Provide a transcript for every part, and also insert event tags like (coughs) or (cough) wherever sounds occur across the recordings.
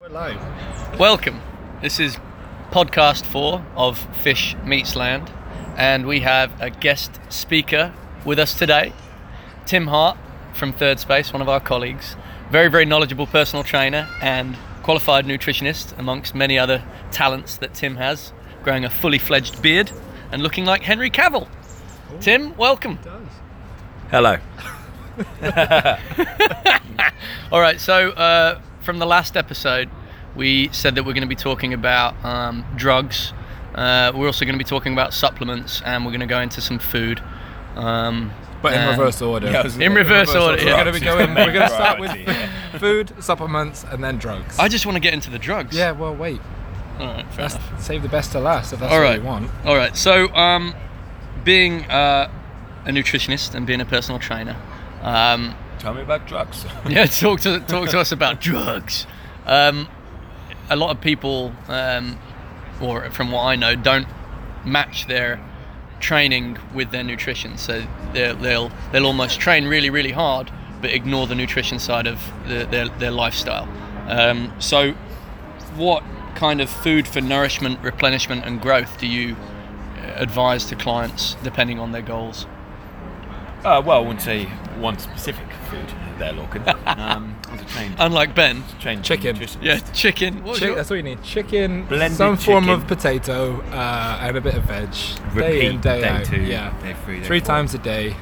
We're live. Welcome. This is podcast four of Fish Meets Land, and we have a guest speaker with us today, Tim Hart from Third Space, one of our colleagues. Very, very knowledgeable personal trainer and qualified nutritionist, amongst many other talents that Tim has, growing a fully fledged beard and looking like Henry Cavill. Tim, welcome. Does. Hello. (laughs) All right, so uh, from the last episode, we said that we're going to be talking about um, drugs. Uh, we're also going to be talking about supplements, and we're going to go into some food. Um, But in and- reverse order. Yeah, I was In reverse order, We're yeah. going to be going. We're going to start with (laughs) Priority, food, supplements, and then drugs. I just want to get into the drugs. yeah. Well, wait. All right, fair That's, enough. save the best to last if that's All what right. you want. All right. So, um, being uh, a nutritionist and being a personal trainer, um, Tell me (laughs) about drugs. yeah, talk to talk to us about drugs. Um, a lot of people, um, or from what I know, don't match their training with their nutrition. So they'll they'll, they'll almost train really really hard, but ignore the nutrition side of the, their their lifestyle. Um, so, what kind of food for nourishment, replenishment, and growth do you uh, advise to clients depending on their goals? Uh, well, I wouldn't say one specific food (laughs) there, Lorcan. Um, I was a trained, Uh, Unlike Ben, trained Chicken. nutritionist. yeah, chicken. What was Chick- your- that's what you need: chicken, Blended some form of chicken. potato, uh, and a bit of veg. day in, Repeat day, day out. two, yeah, day three, day four. times a day.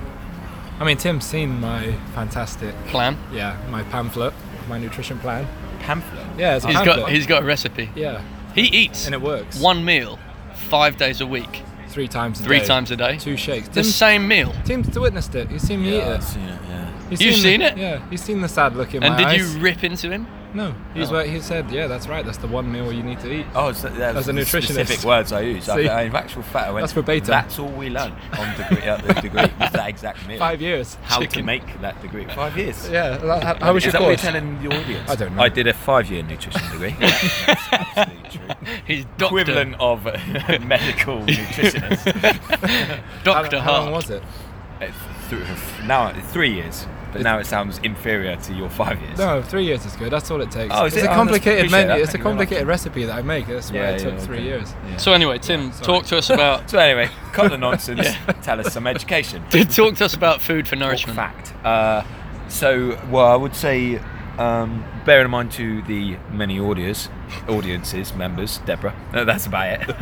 I mean, Tim's seen my fantastic, plan? yeah, my pamphlet, my nutrition plan. Pamphlet. Yeah, it's a He's pamphlet. got he's got a recipe. yeah, He eats and it works. one meal, five days a week, three times a three day. times a day. two shakes. The Tim's, same meal. Tim's witnessed it. He's seen me Yeah, eat I've it. seen it, yeah. He's You've seen the- it? Yeah, he's seen the sad look in And my did eyes. you rip into him? No, he's Oh. what he said. Yeah, that's right. That's the one meal you need to eat. Oh, so that As was a the nutritionist. specific words I used. See? I, in actual fact, I went, That's verbatim. That's all we learned on degree, at the (laughs) degree, was that exact meal. Five years. How to Chicken. make that degree. Five years. Yeah. that- how, how was Is your that what you're course? telling the audience? I don't know. I did a five-year nutrition (laughs) degree. That's absolutely true. He's doctor. equivalent of (laughs) a (laughs) medical nutritionist. Doctor how, how long Hart. was it? It's Uh, th- now it's three years, but now it sounds inferior to your five years. No, three years is good. That's all it takes. Oh, is it's it? a Oh, that's- complicated appreciate menu. that. It's a Thank you very complicated recipe that I make. That's why it took three okay. (laughs) years. Yeah. So anyway, Tim, talk to (laughs) us about (laughs) So anyway, cut the nonsense. Tell us some education. talk to us about food for Talk nourishment. fact. Uh, so well, I would say, um, bearing in mind to the many audios, audiences, members, Deborah. (laughs) No, that's (laughs) about it.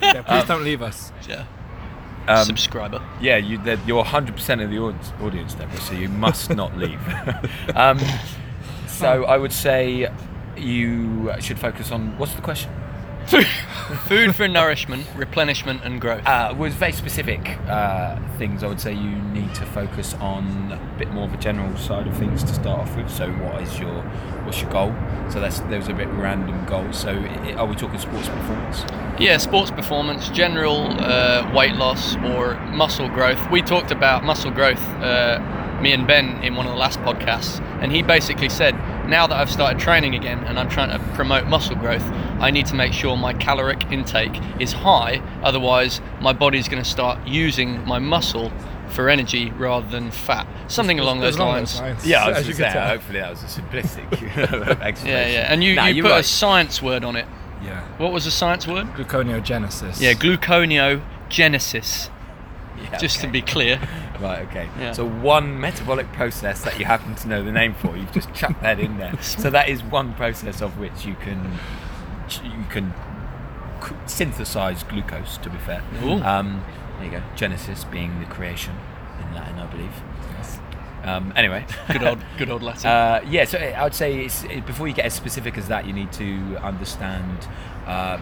Yeah, please don't leave us. Yeah. um, Subscriber. Yeah, you, that- you're 100% of the audience, audience Deborah, so you must (laughs) not leave. (laughs) um, so I would say you should focus on what's the question? food for nourishment, replenishment, and growth. Uh, was very specific uh, things. I would say you need to focus on a bit more of a general side of things to start off with. So what is your what's your goal? So that's there was a bit random goal. So i are we talking sports performance? Yeah, sports performance, general uh, weight loss, or muscle growth. We talked about muscle growth, uh, me and Ben, in one of the last podcasts, and he basically said, now that I've started training again and I'm trying to promote muscle growth, I need to make sure my caloric intake is high, otherwise, my body's going to start using my muscle for energy rather than fat. Something along As those long lines. as lines. Yeah, I was as you just can saying, tell. hopefully that was (laughs) a simplistic (laughs) explanation. Yeah, yeah. And you, Nah, you you're put a right. science word on it. Yeah. What was the science word? Gluconeogenesis. Yeah, gluconeogenesis, Yeah, just to okay. be clear. Right, okay. Yeah. So one metabolic process that you happen to know the name for, you've just chucked that (laughs) in there. So that is one process of which you can you can c- synthesize glucose. To be fair, Ooh. um, there you go. Genesis being the creation in Latin, I believe. Yes. Um, anyway, (laughs) Good old, good old Latin. (laughs) Uh, yeah, so I would say it's, it, before you get as specific as that, you need to understand uh,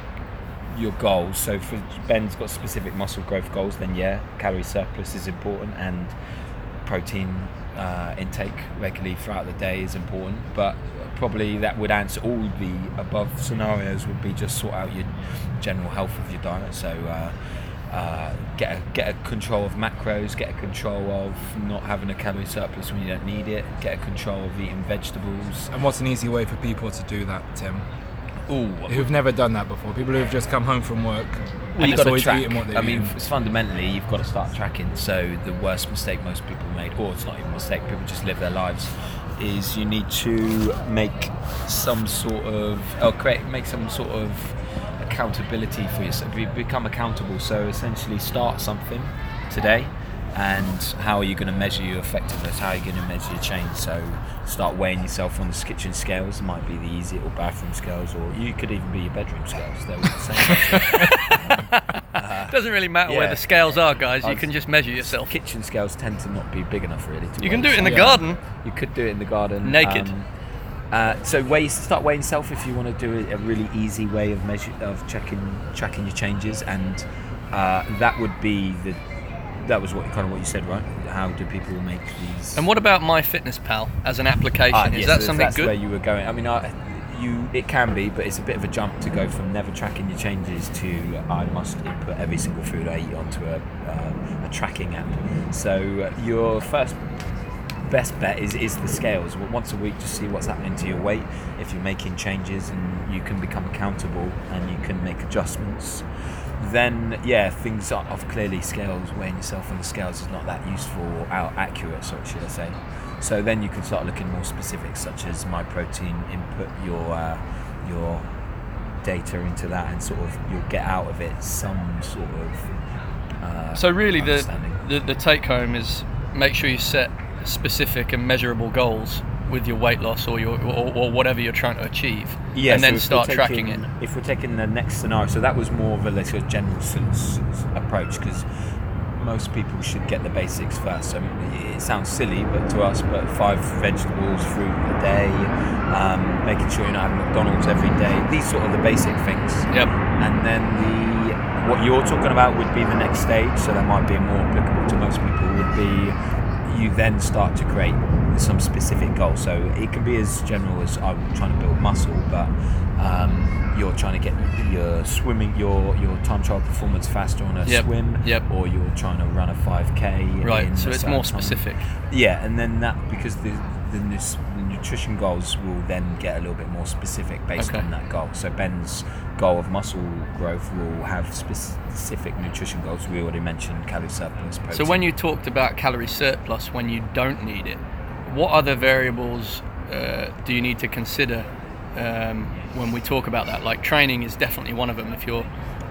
your goals. So for Ben's got specific muscle growth goals, then yeah, calorie surplus is important and protein uh, intake regularly throughout the day is important. But probably that would answer all the above scenarios. Would be just sort out your general health of your diet. So. Uh, uh, get a, get a control of macros, get a control of not having a calorie surplus when you don't need it, get a control of eating vegetables. And what's an easy way for people to do that, Tim? Ooh, Who've never done that before? People who've just come home from work and Well, you've it's got to always track. eating what they I mean, eat. f- fundamentally, you've got to start tracking. So the worst mistake most people made, or it's not even a mistake, people just live their lives is you need to make some sort of or create make some sort of accountability for yourself. Be, become accountable. So essentially, start something today. And how are you going to measure your effectiveness? How are you going to measure your change? So start weighing yourself on the kitchen scales. It might be the easy or bathroom scales, or you could even be your bedroom scales. They're all (laughs) the same. Doesn't really matter where Uh, Yeah. the scales are, guys. You I've- can just measure yourself. kitchen scales tend to not be big enough, really. To You can weigh do it in the yourself. garden. You could do it in the garden. Naked. uh, so weigh, start weighing self if you want to do a, a really easy way of measure of checking tracking your changes, and uh, that would be the that was what kind of what you said, right? How do people make these? And what about My Fitness Pal as an application? Ah, Is yes, that so something that's where good? you were going. I mean, I, you it can be, but it's a bit of a jump to go from never tracking your changes to I must input every single food I eat onto a, uh, a tracking app. So uh, your first best bet is is the scales. Well, Once a week, just see what's happening to your weight. If you're making changes, and you can become accountable, and you can make adjustments. Then, yeah, things are of clearly scales. Weighing yourself on the scales is not that useful or out accurate, so should I say? So then you can start looking more specific, such as my protein input, your uh, your data into that, and sort of you'll get out of it some sort of. Uh, So really, the, understanding. the the take home is make sure you set specific and measurable goals with your weight loss or your or, or whatever you're trying to achieve, Yeah, and so then if we're start tracking it. taking- If we're taking the next scenario, so that was more of a little general sense approach because most people should get the basics first. So it sounds silly, but to us, but five vegetables, fruit a day, um, making sure you're not having McDonald's every day. These sort of the basic things Yep. and then the what you're talking about would be the next stage so that might be more applicable to most people would be you then start to create some specific goal so it can be as general as i'm trying to build muscle but um, you're trying to get your swimming your your time trial performance faster on a Yep, swim yep. or you're trying to run a 5k in Right. So a it's certain more time. specific. Yeah, and then that because the the, nus- the nutrition goals will then get a little bit more specific based Okay. on that goal. So Ben's goal of muscle growth will have specific nutrition goals. We already mentioned calorie surplus. Protein. So when you talked about calorie surplus when you don't need it, what other variables uh, do you need to consider um, when we talk about that? Like training is definitely one of them. If you're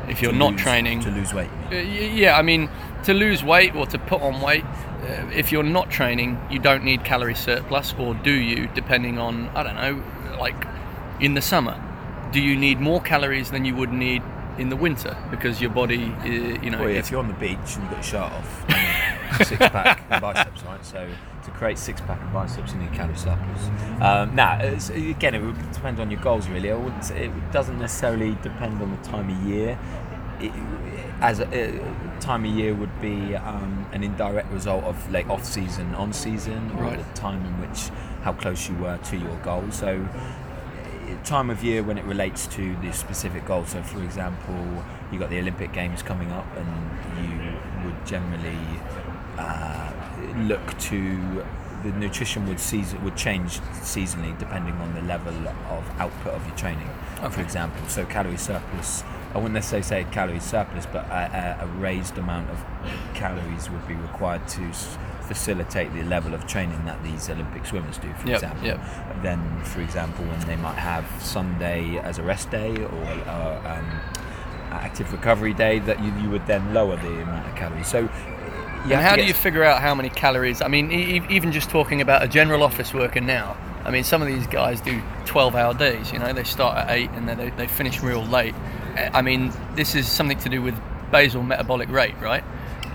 if you're To not lose- training, to lose weight, Uh, y- yeah, I mean, to lose weight or to put on weight, uh, if you're not training, you don't need calorie surplus, or do you, depending on, I don't know, like in the summer? Do you need more calories than you would need in the winter because your body, uh, you know, Well, yeah, it's- if you're on the beach and you've got your shirt off, six (laughs) pack and biceps, right? So to create six pack and biceps, you need calorie surplus. Um, now, it's, again, it would depend on your goals, really. I wouldn't, say- it doesn't necessarily depend on the time of year. It, as a, uh, time of year would be um, an indirect result of like off season, on season, or Right. the time in which how close you were to your goal. So time of year when it relates to the specific goal. So, for example, you got the Olympic Games coming up, and you would generally uh, look to the nutrition would season would change seasonally depending on the level of output of your training. For example, so calorie surplus. I wouldn't necessarily say calorie surplus, but a, a a raised amount of calories would be required to s- facilitate the level of training that these Olympic swimmers do. For Yep, example, yep. then, for example, when they might have Sunday as a rest day or uh, um, active recovery day, that you, you would then lower the amount of calories. So, you And how have to do get- you figure out how many calories? I mean, e- e- even just talking about a general office worker now, I mean, some of these guys do 12 hour days, you know, they start at 8 and then they, they finish real late. Uh, I mean, this is something to do with basal metabolic rate, right?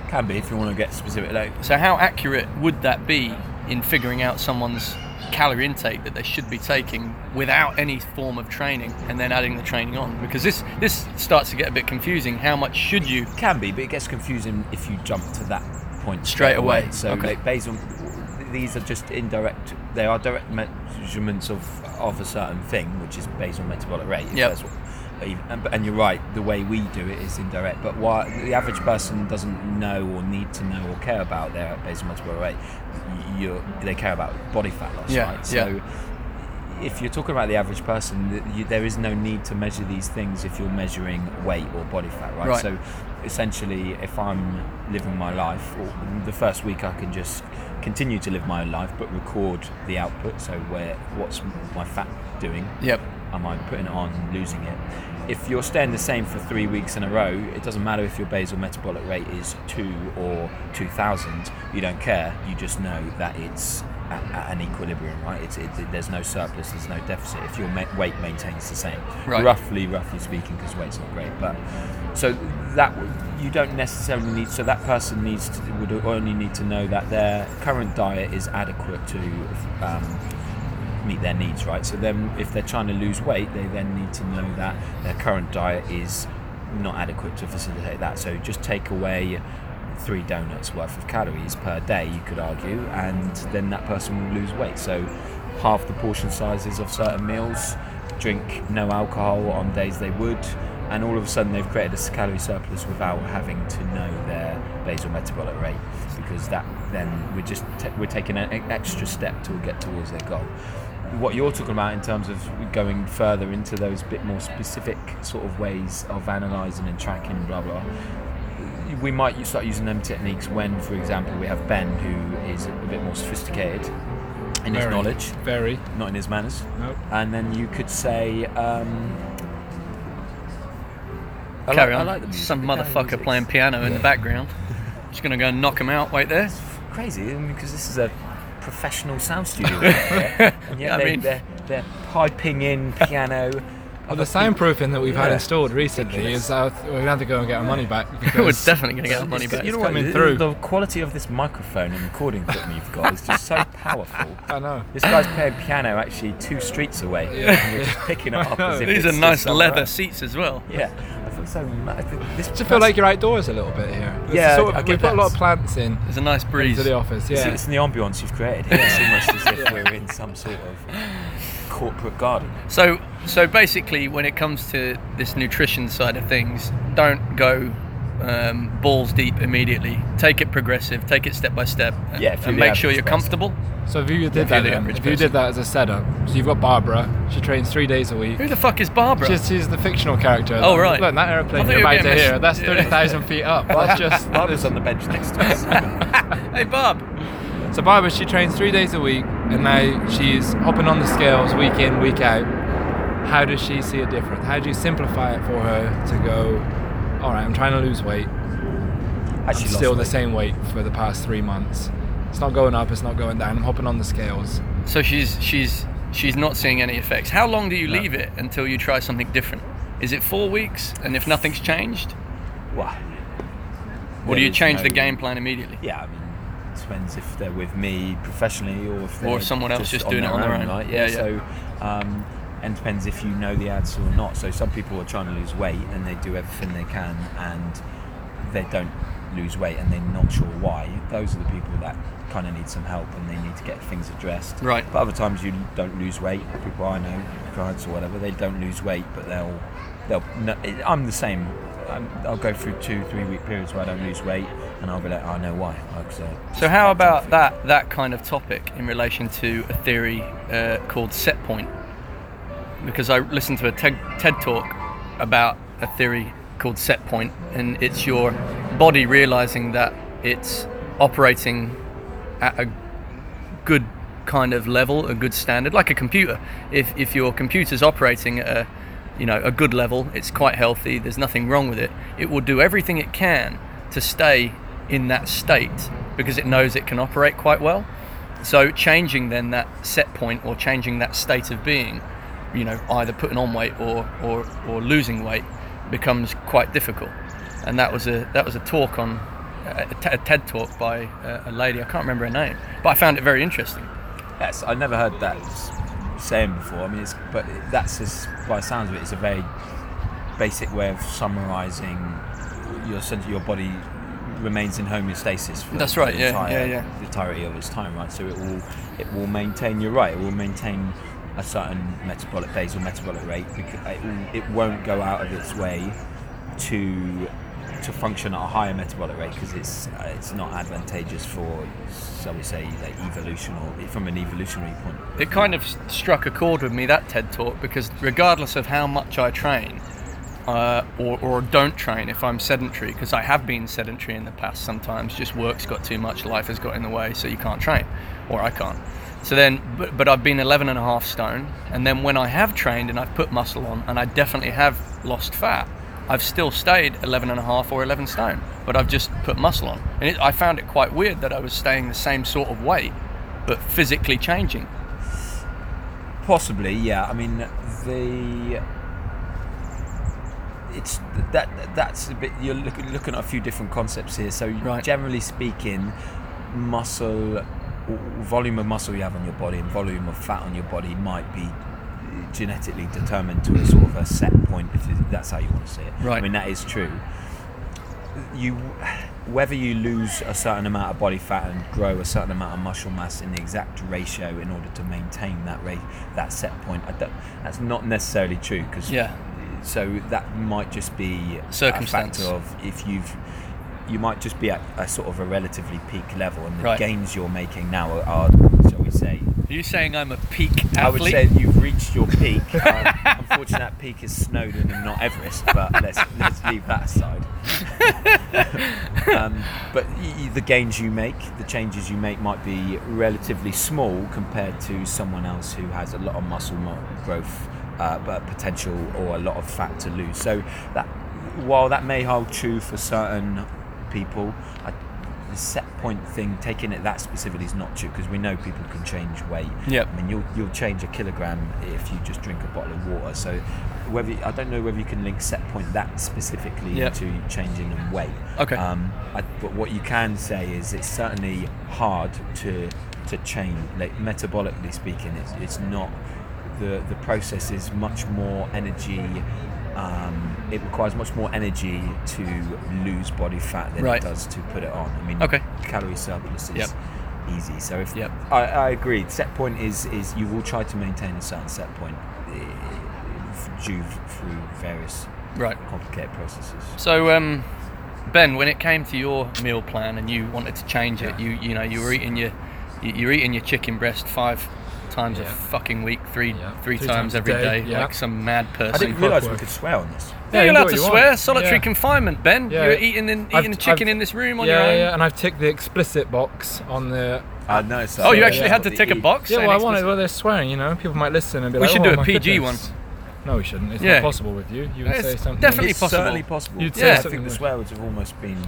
can be if you want to get specific. Like, So, how accurate would that be in figuring out someone's calorie intake that they should be taking without any form of training and then adding the training on? Because this, this starts to get a bit confusing. How much should you? can be, but it gets confusing if you jump to that point Straight away, So okay. like basal, these are just indirect. They are direct measurements of of a certain thing, which is basal metabolic rate. if Yep. that's what- And, and you're right. The way we do it is indirect, but why the average person doesn't know or need to know or care about their basal metabolic rate, you, they care about body fat loss, Yeah, right? yeah. So if you're talking about the average person, th- you, there is no need to measure these things if you're measuring weight or body fat, right? Right. So essentially, if I'm living my life, or the first week I can just continue to live my own life, but record the output. So where what's my fat doing? Yep. Am I putting it on, losing it? If you're staying the same for three weeks in a row, it doesn't matter if your basal metabolic rate is two or 2,000. You don't care. You just know that it's at, at an equilibrium, right? It's, it, there's no surplus, there's no deficit if your ma- weight maintains the same. Right. Roughly, roughly speaking, because weight's not great. But so that w- you don't necessarily need. So that person needs to, would only need to know that their current diet is adequate to. Um, meet their needs, right? So then, if they're trying to lose weight, they then need to know that their current diet is not adequate to facilitate that. So just take away three donuts worth of calories per day, you could argue, and then that person will lose weight. So half the portion sizes of certain meals, drink no alcohol on days they would, and all of a sudden they've created a calorie surplus without having to know their basal metabolic rate because that then we're just t- we're taking an e- extra step to get towards their goal what you're talking about in terms of going further into those bit more specific sort of ways of analysing and tracking and blah blah we might u- start using them techniques when for example we have ben who is a bit more sophisticated in his Very. knowledge Very. not in his manners Nope. and then you could say um, I Carry like, on. I like the music. Some The kind of motherfucker music's playing piano in Yeah. the background. Just gonna go and knock him out. Wait there. crazy because I mean, 'cause this is a professional (laughs) sound studio out there, and yet I they, mean- they're, they're piping in piano Well, the soundproofing that we've had Yeah. installed recently Ridiculous. is uh, we're gonna have to go and get our money (laughs) back. We're because- definitely gonna get our money It's- back. You know It's what? coming the- through. The quality of this microphone and recording equipment you've got is just (laughs) so powerful. I know. This guy's playing piano actually two streets away, and you're just picking it I (laughs) up know. as if These it's are just nice somewhere leather else. seats as well. Yeah, I feel so. ma- I think This Do you feel like you're outdoors a little bit here? It's Yeah, sort of- I we get put a lot of that. plants in There's a nice breeze. to the office. It's, Yeah. it's in the ambience you've created. Here. It's almost as if we're in some sort (laughs) of corporate garden. So, so basically, when it comes to this nutrition side of things, don't go um, balls deep immediately. Take it progressive. Take it step by step. and- Yeah, if you're and the make sure average you're person. comfortable. So if you did you're that, the then, average if you person. did that as a setup, so you've got Barbara. She trains three days a week. Who the fuck is Barbara? She's, she's the fictional character. Oh, Look, right. Look, that I airplane thought you're you were about to getting hear. mis- That's (laughs) yeah. thirty thousand feet up. That's (laughs) just. Bob is on the bench next to (laughs) us. (laughs) hey, Barb. So Barbara, she trains three days a week, and now she's hopping on the scales week in, week out. How does she see a difference? How do you simplify it for her to go? All right, I'm trying to lose weight. Actually, I'm lost still the weight. same weight for the past three months. It's not going up. It's not going down. I'm hopping on the scales. So she's she's she's not seeing any effects. How long do you leave it until you try something different? Is it four weeks? And if nothing's changed, Wow. or do There you is change the no- game plan immediately? Yeah, I mean, it depends if they're with me professionally or if Or they're if someone else just doing it on their own. right? Yeah, Yeah, yeah. so um, and depends if you know the answer or not. So some people are trying to lose weight and they do everything they can and they don't lose weight and they're not sure why. Those are the people that kind of need some help and they need to get things addressed. Right. But other times you don't lose weight. People I know, clients or whatever, they don't lose weight, but they'll they'll. No, it- I'm the same. I'm, I'll go through two, three week periods where I don't lose weight, and I'll be like, "Oh, I know why. Like, so, So how about that that kind of topic in relation to a theory uh, called set point? Because I listened to a TED, TED talk about a theory called set point, and it's your body realizing that it's operating at a good kind of level, a good standard, like a computer. If if your computer's operating at a you know a good level, it's quite healthy. There's nothing wrong with it. It will do everything it can to stay in that state because it knows it can operate quite well. So changing then that set point or changing that state of being, you know, either putting on weight or or, or losing weight becomes quite difficult. And that was a that was a talk on a t- a TED talk by uh, a lady. I can't remember her name, but I found it very interesting. Yes, I've never heard that s- saying before. I mean, it's but it- that's as by the sounds of it, it's a very basic way of summarising your sense your body remains in homeostasis for That's right, the yeah, entire, yeah, yeah. the entirety of its time right so it will it will maintain you're right it will maintain a certain metabolic basal metabolic rate because it, will, it won't go out of its way to to function at a higher metabolic rate because it's uh, it's not advantageous for, shall we say, like evolution or from an evolutionary point. It kind of s- struck a chord with me that TED talk because regardless of how much I train uh, or, or don't train, if I'm sedentary, because I have been sedentary in the past sometimes, just work's got too much, life has got in the way, so you can't train or I can't. So then, but, but I've been 11 and a half stone, and then when I have trained and I've put muscle on and I definitely have lost fat, I've still stayed 11 and a half or 11 stone, but I've just put muscle on. And it, I found it quite weird that I was staying the same sort of weight, but physically changing. Possibly, yeah. I mean, the it's that that's a bit. You're looking looking at a few different concepts here. So, Right. generally speaking, muscle volume of muscle you have on your body and volume of fat on your body might be genetically determined to a sort of a set point. If that's how you want to say it, Right. I mean, that is true. You whether you lose a certain amount of body fat and grow a certain amount of muscle mass in the exact ratio in order to maintain that rate that set point I don't, that's not necessarily true because Yeah. so that might just be Circumstance. a factor of if you've you might just be at a sort of a relatively peak level and the Right. gains you're making now are, are shall we say Are you saying I'm a peak athlete? I would say that you've reached your peak. (laughs) um, unfortunately, that peak is Snowden and not Everest, but let's, let's leave that aside. um, but y- y- the gains you make, the changes you make, might be relatively small compared to someone else who has a lot of muscle mo- growth uh, but potential or a lot of fat to lose. So that while that may hold true for certain people, I, the set point thing, taking it that specifically, is not true because we know people can change weight. Yep. I mean, you'll you'll change a kilogram if you just drink a bottle of water. So whether I don't know whether you can link set point that specifically Yep. to changing in weight. Okay. Um, I, but what you can say is it's certainly hard to to change. Like metabolically speaking, it's, it's not the the process is much more energy. Um, it requires much more energy to lose body fat than Right. it does to put it on. I mean, Okay. calorie surplus is Yep. easy. So if Yep. I, I agree, set point is is you will try to maintain a certain set point eh, due through various Right. complicated processes. So, um, Ben, when it came to your meal plan and you wanted to change it, you you know you were eating your you- you're eating your chicken breast five times a Yeah. fucking week, three Yeah. three, Three times times a every day, day, yeah. like some mad person. I didn't clockwork. realise we could swear on this. Yeah, you you're do allowed what to you swear. want. Solitary Yeah. confinement, Ben. Yeah. You're eating in, I've- eating a chicken I've- in this room on yeah, your own. yeah, and I've ticked the explicit box on the. I know. So Oh, you Yeah, actually yeah. had to take a box. Yeah, saying well, I wanted. explicit- Well, they're swearing. You know, people might listen and be We like, should oh, do a my PG goodness." No, we shouldn't. It's Yeah. not possible with you. You would It's say something. definitely It's possible. certainly possible. You'd say yeah, I something think the would- swear words have almost been,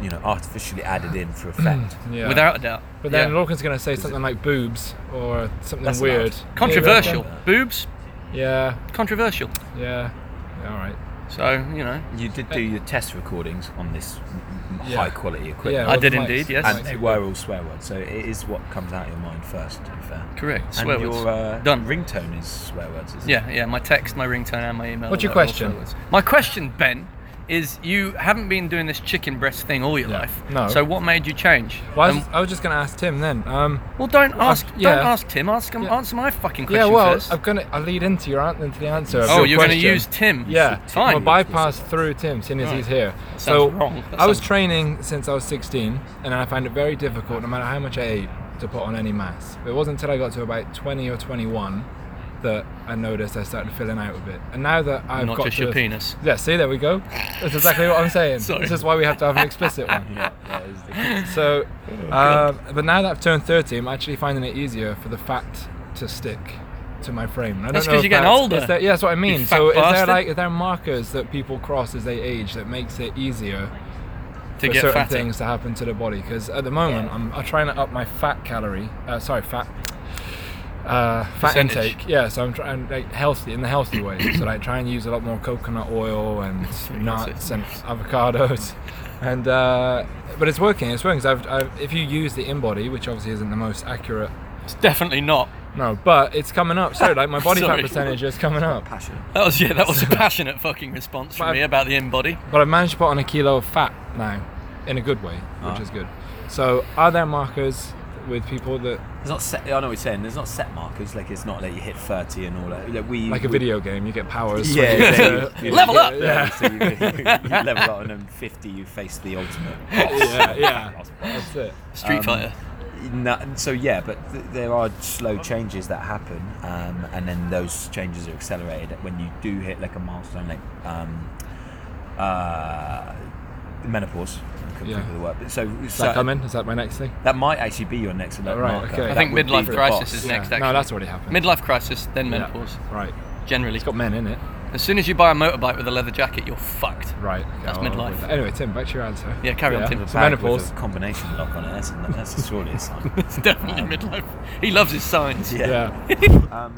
you know, artificially added in for effect. Yeah. Without a doubt. But then Yeah. Lorcan's going to say something like boobs or something That's weird. allowed. Yeah, controversial. yeah. Boobs, Yeah, controversial. yeah. yeah, All right. So you know, you did do your test recordings on this m- m Yeah. high quality equipment. Yeah, I with did mics. indeed, yes. Mics And are they good. were all swear words, so it is what comes out of your mind first, to be fair. correct. And Swear your words. Uh, Done. ringtone is swear words, isn't Yeah, yeah. My text, my ringtone, and my email. What's your are all swear question? words. My question, Ben, is you haven't been doing this chicken breast thing all your Yeah. life. No. So what made you change? Well, I Um, was, I was just going to ask Tim then. Um, well, don't I've- ask. yeah. Don't ask Tim. Ask him. Yeah. Answer my fucking yeah, question well, 1st I'm gonna. I lead into your an- into the answer. of oh, your you're going to question. use Tim. Yeah, Fine. We'll bypass through Tim, seeing as Right. he's here. Sounds So wrong. That I was sounds- training since I was 16, and I found it very difficult, no matter how much I ate, to put on any mass. It wasn't until I got to about 20 or 21 that I noticed I started filling out a bit. And now that I've Not got just to your the- penis. Yeah, see, there we go. That's exactly what I'm saying. (laughs) Sorry. This is why we have to have an explicit one. (laughs) it? Yeah, that is the So, Oh, um, but now that I've turned 30, I'm actually finding it easier for the fat to stick to my frame. And I don't That's know 'cause if you're getting older, is there- yeah, that's what I mean. So, fat is there bastard. like is there markers that people cross as they age that makes it easier to for get certain fatter. things to happen to the body? Because at the moment, I'm, I'm trying to up my fat calorie. Uh, sorry, fat. Uh, fat Percentage. intake, yeah. So I'm trying like healthy in the healthy way. so I try and use a lot more coconut oil (laughs) and nuts and avocados, and uh, but it's working. It's working. i I've, I've, if you use the in body, which obviously isn't the most accurate, It's definitely not. no, but it's coming up. So like my body (laughs) fat Sorry. percentage is coming up. passion. That was yeah. (laughs) That was a passionate fucking response But from I've- me about the in body. But I've managed to put on a kilo of fat now, in a good way, which Ah. is good. So, are there markers with people that It's not set. I know what you're saying. There's not set markers. Like it's not like you hit 30 and all that. Like we like a we- video game, you get powers. Mm. Yeah, when you yeah, get (laughs) to- yeah. Level up! Yeah, So you, you level up and then 50, you face the ultimate. (laughs) yeah, yeah. That's it. Street Um, Fighter. No, so yeah, but th- there are slow changes that happen, um, and then those changes are accelerated when you do hit like a milestone, like um, uh, menopause. I couldn't Yeah. think of the word. But so, Is so that coming? Is that my next thing? that might actually be your next alert Oh, right, marker. okay. I That That I think would be midlife the crisis boss. is next. Yeah. Actually, No, that's already happened. midlife crisis, then Yeah. menopause. Right. Generally, It's got men in it. as soon as you buy a motorbike with a leather jacket, you're fucked. Right. okay, That's I'll avoid midlife. that. Anyway, Tim, back to your answer. Yeah, carry on, Tim. So Bag with menopause. a combination lock on it. That's, that's surely (laughs) a sign. It's (laughs) definitely midlife. He loves his signs. Yeah. (laughs) Um,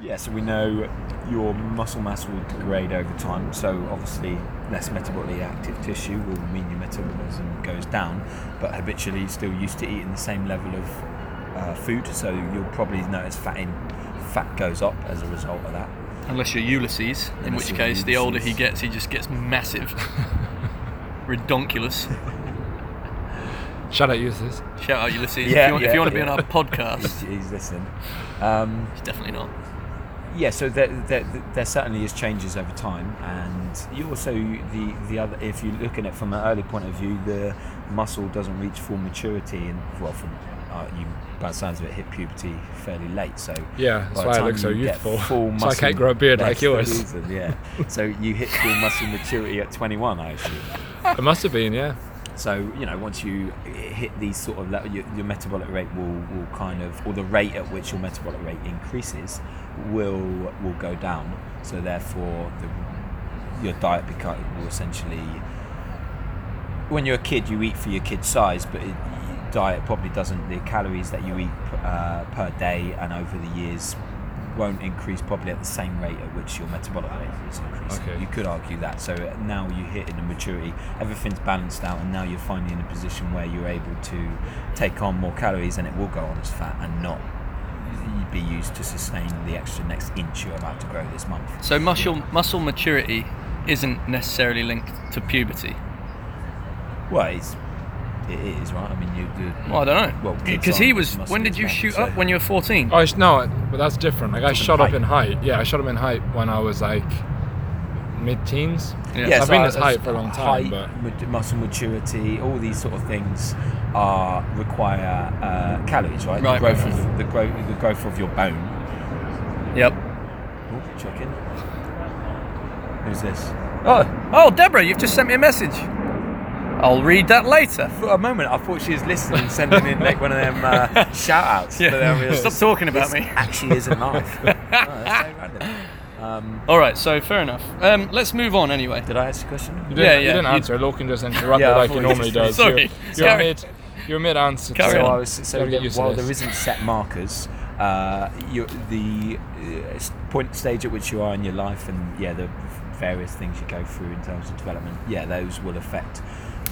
yeah, so we know your muscle mass will degrade over time. So obviously, less metabolically active tissue will mean your metabolism goes down. But habitually, still used to eating the same level of uh, food, so you'll probably notice fat in fat goes up as a result of that. Unless you're Ulysses, in Unless which you're case the older he Ulysses. gets, he just gets (laughs) massive. Redonkulous. Shout out users. Shout out Ulysses. Yeah, if you want, if yeah, you want to be yeah. on (laughs) our podcast, He's, he's listening. Um, it's definitely not. yeah, so there, there, there certainly is changes over time, and you also the the other. If you look at it from an early point of view, the muscle doesn't reach full maturity, and well, from uh, you by the sounds of it, hit puberty fairly late. So Yeah, that's by the why I time look so you get youthful. full (laughs) So I muscle- can't grow a beard like that's the yours. reason, yeah, so you hit full muscle maturity at 21, I assume. It must have been, yeah. So you know, once you hit these sort of level, your, your metabolic rate will, will kind of, or the rate at which your metabolic rate increases, will will go down. So therefore, the, your diet become, will essentially. When you're a kid, you eat for your kid's size, but it, your diet probably doesn't. The calories that you eat uh, per day and over the years won't increase probably at the same rate at which your metabolic rate is increasing. Okay. You could argue that. So uh, now you hit in the maturity, everything's balanced out, and now you're finally in a position where you're able to take on more calories, and it will go on as fat and not be used to sustain the extra next inch you're about to grow this month. So muscle muscle maturity isn't necessarily linked to puberty. Well, it's, it is right. I mean, you do. Mm. Well, I don't know. Well, kids Because he aren't was. muscle When did you men, shoot so- up? When you were 14? Oh, I sh- no, but that's different. Like I Different shot height. up in height. Yeah, I shot up in height when I was like mid-teens. yeah, I've so been I- this height for a long time, height, but- mat- muscle maturity, all these sort of things are require uh, calories, right? Right, the growth right, of the growth, the growth of your bone. Yep. Oh, chuck in. Who's this? Oh, oh, Deborah, you've just sent me a message. I'll read that later. For a moment, I thought she was listening, sending in like one of them uh, shout (laughs) outs. Yeah. Stop talking (laughs) about me. Actually, (laughs) isn't life. oh, that's so random. Um, All right. So fair enough. Um, let's move on anyway. did I ask a question? You didn't, Yeah, you yeah, didn't you- answer. Lorcan just interrupted Yeah, I like he thought you normally does. just- (laughs) Sorry. You're, you're Carry- mid. You're mid answer. Carry so on. I was so Gotta get used to while this. there isn't set markers, uh, you the uh, s- point stage at which you are in your life, and yeah, the various things you go through in terms of development, yeah, those will affect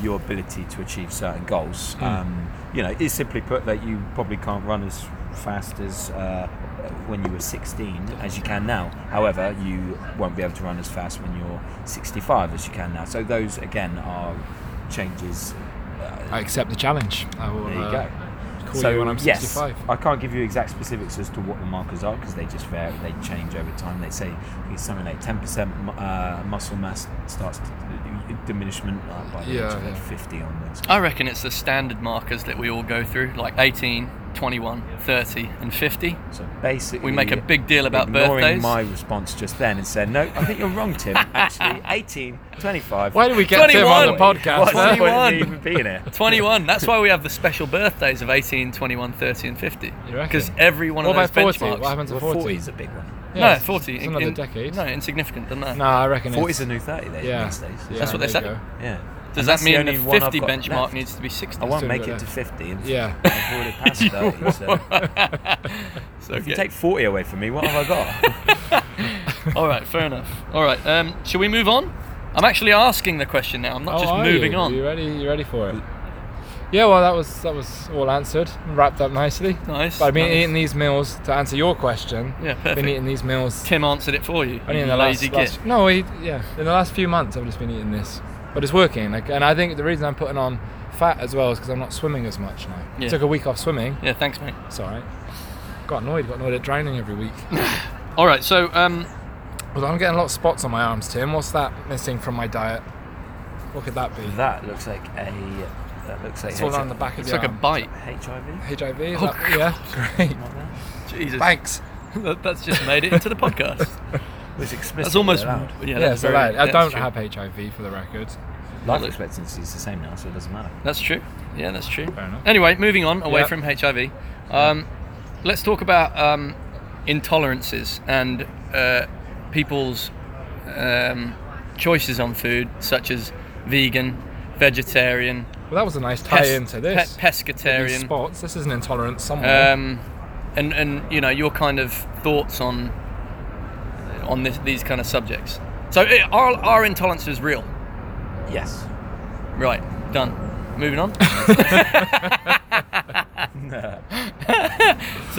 your ability to achieve certain goals. Um, you know, it's simply put that you probably can't run as fast as uh, when you were 16 as you can now. However, you won't be able to run as fast when you're 65 as you can now. So those again are changes. Uh, I accept the challenge. I will. there you uh, go. Call you when I'm 65. Yes, I can't give you exact specifics as to what the markers are because they just vary, they change over time. They say it's something like 10% mu- uh, muscle mass starts to, diminishment uh, by the age Yeah, of like, yeah. 50 onwards. I reckon it's the standard markers that we all go through, like 18, 21, 30, and 50. So basically, We make a big deal about ignoring birthdays. my response just then and said, no, I think you're wrong, Tim. (laughs) Actually, 18, 25. Why did we get Tim on the 21. podcast? What's huh? he- What's the point 21? of me even (laughs) being here? 21. That's why we have the special birthdays of 18, 21, 30, and 50. You reckon? Because every one What of about those 40? benchmarks. What happens Well, at 40 40? is a big one. Yeah, no, 40. It's in- another in- decade. No, insignificant, doesn't matter. No, I reckon 40 is it's. the new 30 there yeah. these days. yeah, That's what they there you said. go. Does Yeah. And that that's mean only the one I've 50 got benchmark left. needs to be 60? I won't still make got it to left. 50. and Yeah. I've already (laughs) passed 30. so. So If you okay. take 40 away from me, what have I (laughs) got? All right, fair enough. All right, um, shall we move on? I'm actually asking the question now. I'm not Oh, just are moving you? on. You ready? You ready for it? Yeah, well, that was that was all answered, and wrapped up nicely. Nice. But I've been nice. eating these meals to answer your question. Yeah, perfect. Been eating these meals Tim answered it for you. only you in the last, lazy git. last- No, we, yeah, in the last few months, I've just been eating this. but it's working. Like, and I think the reason I'm putting on fat as well is because I'm not swimming as much now. Yeah. Took a week off swimming. Yeah, thanks, mate. It's all right. Got annoyed. Got annoyed at drowning every week. (laughs) All right, so um, well, I'm getting a lot of spots on my arms, Tim. What's that missing from my diet? What could that be? That looks like a. That looks like it's all on the back of it's the like a arm. bite. HIV. HIV. Is Oh, that, (laughs) yeah, great. Not there. Jesus, Thanks. (laughs) That- that's just made it into (laughs) the podcast. It was explicitly That's almost allowed. yeah. Yeah, that's so very- that, I that's don't true. have HIV for the record. Life Not- expectancy is the same now, so it doesn't matter. That's true. Yeah, that's true. Fair enough. Anyway, moving on away Yeah. from HIV, um, let's talk about um, intolerances and uh, people's um, choices on food, such as vegan, vegetarian, Well, that was a nice tie pes- into this. pe- These pescatarian, spots. This is an intolerance somewhere. um, and and you know your kind of thoughts on on this, these kind of subjects. So eh, are are intolerances real? Yes. (laughs) Right, done. Moving on. so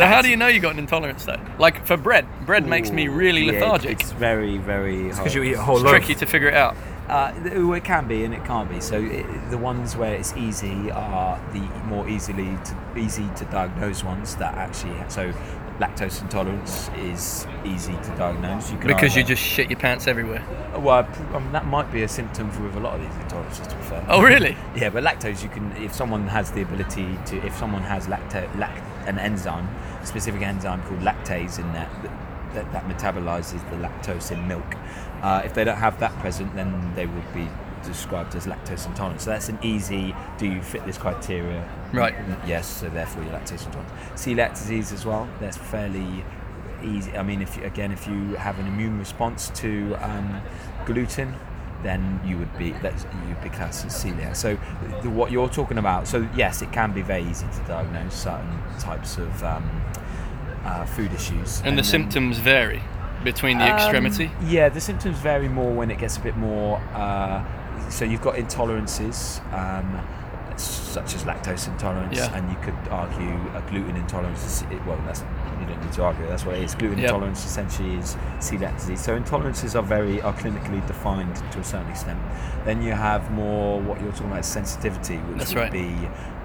how do you know you got an intolerance though? Like for bread, bread makes me Ooh, really yeah, it- lethargic. it's very, very. It's because you eat a whole It's tricky to figure it out. Uh, th- well, it can be and it can't be. So it, the ones where it's easy are the more easily to, easy to diagnose ones that actually. So lactose intolerance is easy to diagnose. You can Because you either- just shit your pants everywhere. well, pr- um, that might be a symptom for with a lot of these intolerances. To be fair. Oh really? Yeah, but lactose, you can if someone has the ability to if someone has lacto lact an enzyme, a specific enzyme called lactase in there that that, that metabolizes the lactose in milk. Uh, if they don't have that present, then they would be described as lactose intolerant. So that's an easy. Do you fit this criteria? Right. N- Yes. So therefore, you're lactose intolerant. Celiac disease as well. That's fairly easy. I mean, if you, again, if you have an immune response to um, gluten, then you would be that's you'd be classed as celiac. So the, what you're talking about. So yes, it can be very easy to diagnose certain types of um, uh, food issues. And the then- symptoms vary between the um, extremity. Yeah, the symptoms vary more when it gets a bit more. Uh, so you've got intolerances, um, such as lactose intolerance, Yeah. and you could argue a gluten intolerance. Is, it, well, that's you don't need to argue. That's what it is. Gluten Yep. intolerance essentially is celiac disease. So intolerances are very are clinically defined to a certain extent. Then you have more what you're talking about sensitivity, which That's would right. be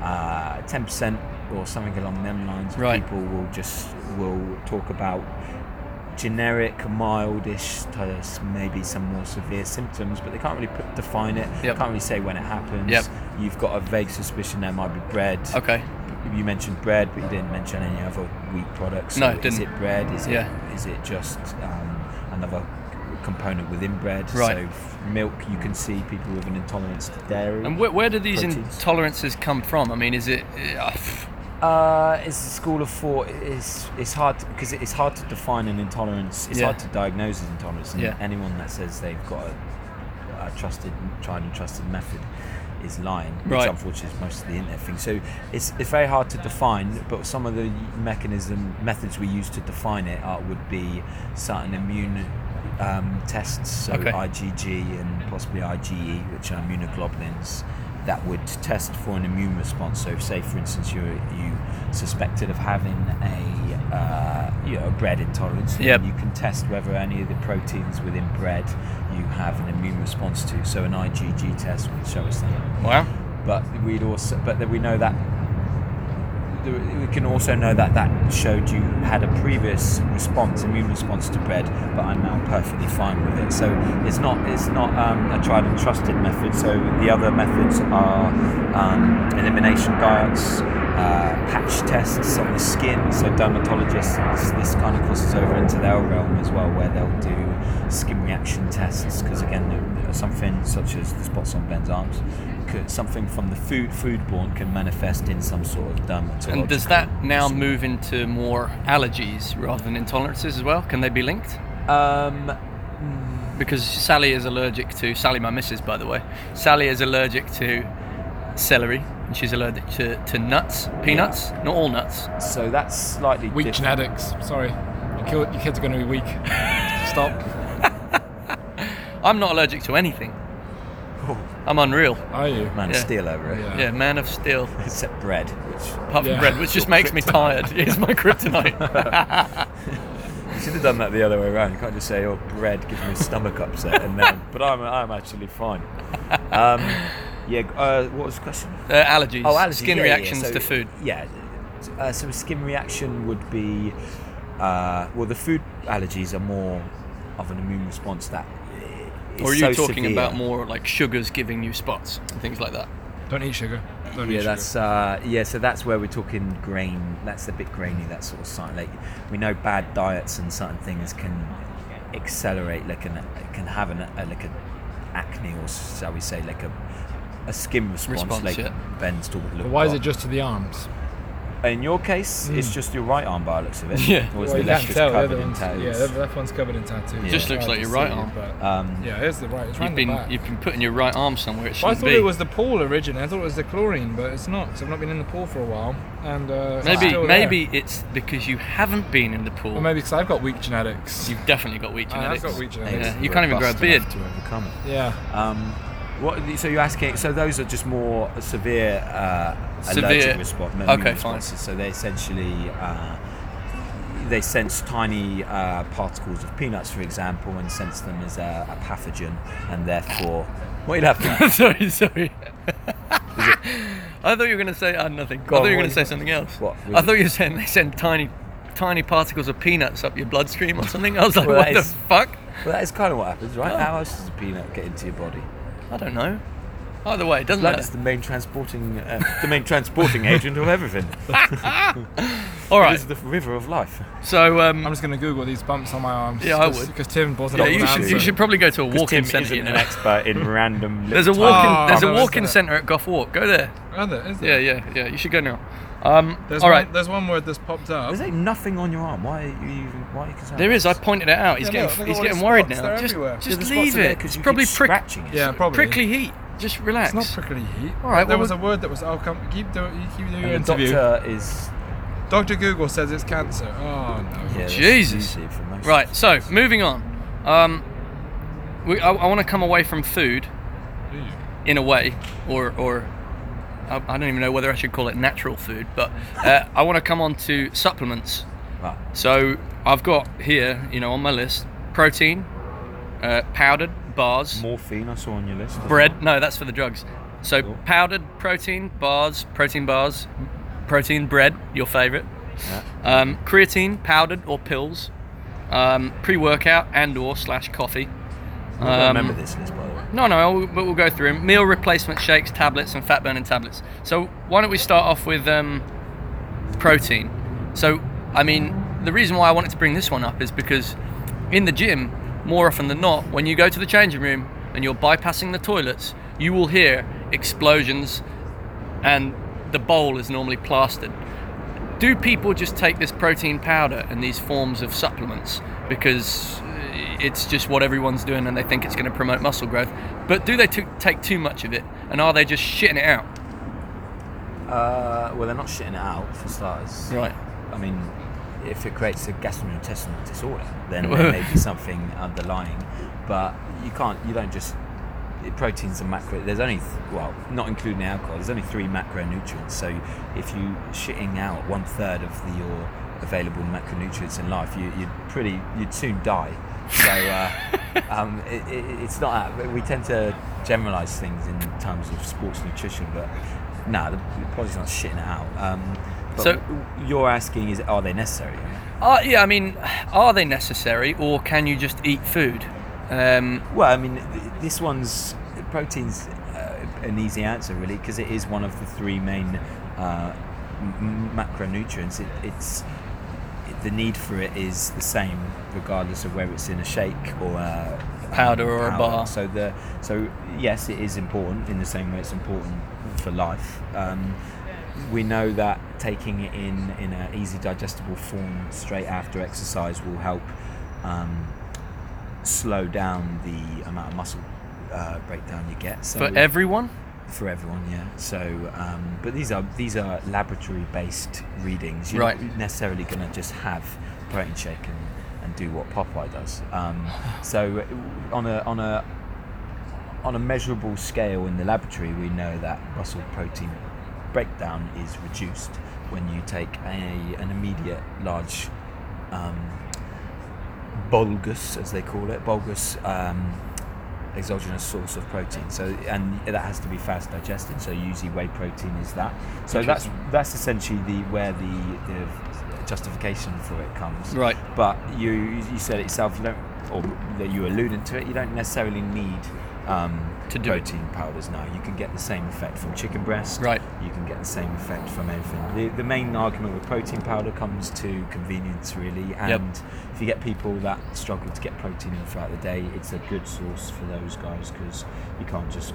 uh, ten percent or something along them lines. Right. People will just will talk about generic, mildish, to s- maybe some more severe symptoms, but they can't really put, define it. Yep. Can't really say when it happens. Yep. You've got a vague suspicion there might be bread. Okay. You mentioned bread, but you didn't mention any other wheat products. No, So didn't. Is it bread? Is it Yeah. is it just um, another component within bread? Right. So f- milk, you can see people with an intolerance to dairy. And where, where do these Proteins. intolerances come from? I mean, is it? Uh, pff, Uh, it's a school of thought. It's it's hard because it's hard to define an intolerance. It's Yeah. hard to diagnose an intolerance. And Yeah. Anyone that says they've got a, a trusted, tried and trusted method is lying. Which Right. unfortunately is most of the internet thing. So it's it's very hard to define. But some of the mechanism methods we use to define it are, would be certain immune. Um, tests so Okay. IgG and possibly IgE, which are immunoglobulins, that would test for an immune response. So, if, say for instance you you suspected of having a uh, you know a bread intolerance, then Yep. you can test whether any of the proteins within bread you have an immune response to. So, an IgG test would show us that. wow. But we'd also but then we know that. We can also know that that showed you had a previous response, immune response to bread, but I'm now perfectly fine with it. So it's not it's not um, a tried and trusted method. So the other methods are um, elimination diets, uh, patch tests on the skin. So dermatologists, this, this kind of crosses over into their realm as well, where they'll do skin reaction tests because again, the- the- something such as the spots on Ben's arms, could, something from the food foodborne can manifest in some sort of dermatological. And does that now move into more allergies rather than intolerances as well? Can they be linked? Um, Because Sally is allergic to Sally, my missus, by the way. Sally is allergic to celery, and she's allergic to, to nuts, peanuts, not all nuts. so that's slightly Um, Weak different. genetics. Sorry, your, kid, your kids are going to be (laughs) weak. Stop. I'm not allergic to anything. I'm unreal. Are you? Man, Yeah. steal over it. Oh. Yeah. Yeah, man of steel. Except bread, which Apart from Yeah. (laughs) (laughs) Uh, bread, which just makes me tired. It's my kryptonite. Should have done that the other way around. You can't just say, "Oh, bread gives me a stomach upset," and then, but I'm, I'm actually fine. Um, yeah. Uh, what was the question? Uh, allergies. Oh, allergy. Skin yeah, yeah, reactions so- to food. Yeah. Uh, so a skin reaction would be, uh, well, the food allergies are more of an immune response that. i- Or are is you so talking severe. about more like sugars giving you spots and things like that? Don't eat sugar. Don't eat Yeah, sugar. that's uh, yeah. So that's where we're talking grain. That's a bit grainy. That sort of side. Like we know bad diets and certain things can accelerate, like an can have an a, like an acne or shall we say like a a skin response, Response, like yeah. Ben's talking. But why is it just to the arms? In your case, it's just your right arm by (laughs) the looks of it. Yeah. Or is Well, the you left can't just tell, the covered other in one's- tattoos? Yeah, that, that one's covered in tattoos. Just It's looks hard like to your right see, arm. but- Um, yeah, it's the right. It's You've round the been back. you've been putting your right arm somewhere it Well, I shouldn't thought be. it was the pool originally. I thought it was the chlorine, but it's not. So I've not been in the pool for a while, and uh, it's maybe still there. maybe it's because you haven't been in the pool. Or maybe because I've got weak genetics. You've definitely got weak I have genetics. got weak genetics. Yeah, you can't even grow a robust beard. enough to overcome it. Yeah. Um, what, so you're asking? So those are just more severe, uh, Severe- allergic response. okay, fine. responses. So they essentially uh, they sense tiny uh, particles of peanuts, for example, and sense them as a, a pathogen, and therefore, what are you laughing (laughs) at? sorry, sorry. I thought you were going to say uh, nothing. I thought on, you were what going you- to say something else. what was I it? thought you were saying they send tiny, tiny particles of peanuts up your bloodstream or something. I was like, Well, what that the is- fuck? Well, that is kind of what happens, right? Oh. How else does a peanut get into your body? I don't know. Either way, it doesn't Blood is matter. the main transporting, uh, the main transporting agent of (laughs) everything. All It right. is the river of life. So I'm um, just gonna Google these bumps on my arms. Yeah, I would. Because Tim brought it yeah, up. you with should Anthony. you should probably go to a 'Cause walk-in Tim centre. isn't You an know. expert in random. There's a little walk-in Oh, there's I've a never walk-in seen centre at Gough Walk. Go there. Oh, there is it? Yeah, yeah, yeah. You should go now. Um, There's all one, right. There's one word that's popped up. There's like nothing on your arm. Why are you even? Why are you concerned? There is. I pointed it out. He's Yeah, look, getting look at he's all getting these worried spots, now. they're Just everywhere. just the leave spots are there it. 'cause It's you probably keep prick- scratching it. Yeah, probably. prickly heat. Just relax. It's not prickly heat. All right, There well, was a we- word that was. Oh, come. Keep doing. You keep doing your And the interview. doctor is. Doctor Google says it's cancer. Oh no. Yeah, that's Jesus. easy for most Right, of so us. moving on. Um, we, I, I want to come away from food in a way, or, or I, I don't even know whether I should call it natural food, but uh, I want to come on to supplements. Right. So I've got here, you know, on my list protein, uh, powdered bars, Morphine. I saw on your list. bread. No, that's for the drugs. So Cool. powdered protein bars, protein bars, protein bread, your favorite. Yeah. Um, creatine, powdered or pills, um, pre-workout and/or slash coffee. I don't Um, remember this list by the way. No, no, we'll- but we'll go through 'em. Meal replacement shakes, tablets, and fat-burning tablets. So why don't we start off with um, protein? So I mean, the reason why I wanted to bring this one up is because in the gym, more often than not, when you go to the changing room and you're bypassing the toilets, you will hear explosions, and the bowl is normally plastered do people just take this protein powder and these forms of supplements because uh, it's just what everyone's doing and they think it's going to promote muscle growth? But do they t- take too much of it and are they just shitting it out? Uh, well, they're not shitting it out for starters. Right. I mean, if it creates a gastrointestinal disorder, then there may be something underlying. But you can't. You don't just. Proteins and macro. There's only th- well, not including alcohol. There's only three macronutrients. So if you shitting out one third of the, your available macronutrients in life, you, you'd pretty you'd soon die. So uh, um, it, it, it's not. that- We tend to generalize things in terms of sports nutrition, but no, the, the body's not shitting it out. Um, but So- w- you're asking is are they necessary? Uh, yeah, I mean, are they necessary or can you just eat food? Um, Well, I mean, th- this one's protein's uh, an easy answer really because it is one of the three main uh, m- m- macronutrients. It, it's it, the need for it is the same regardless of whether it's in a shake or a um, Powder or a bar. So the so yes, it is important in the same way it's important for life. Um, we know that taking it in in an easy digestible form straight after exercise will help um, slow down the amount of muscle uh, breakdown you get. So for everyone? for everyone, yeah. So, um, but these are these are laboratory-based readings. You're Right. not necessarily going to just have protein shake and, and do what Popeye does. Um, so, on a on a on a measurable scale in the laboratory, we know that muscle protein breakdown is reduced when you take a, an immediate large um, bulgus, as they call it, bulgus um, exogenous source of protein. So, and that has to be fast digested. So, usually whey protein is that. So that's Interesting. that's essentially the where the, the justification for it comes. Right. But you you said it yourself. You don't, or that you alluded to it. You don't necessarily need. Um, To do it. protein powders now. You can get the same effect from chicken breast. Right. You can get the same effect from anything. The, the main argument with protein powder comes to convenience, really. And if you get people that struggle to get protein in throughout the day, it's a good source for those guys because you can't just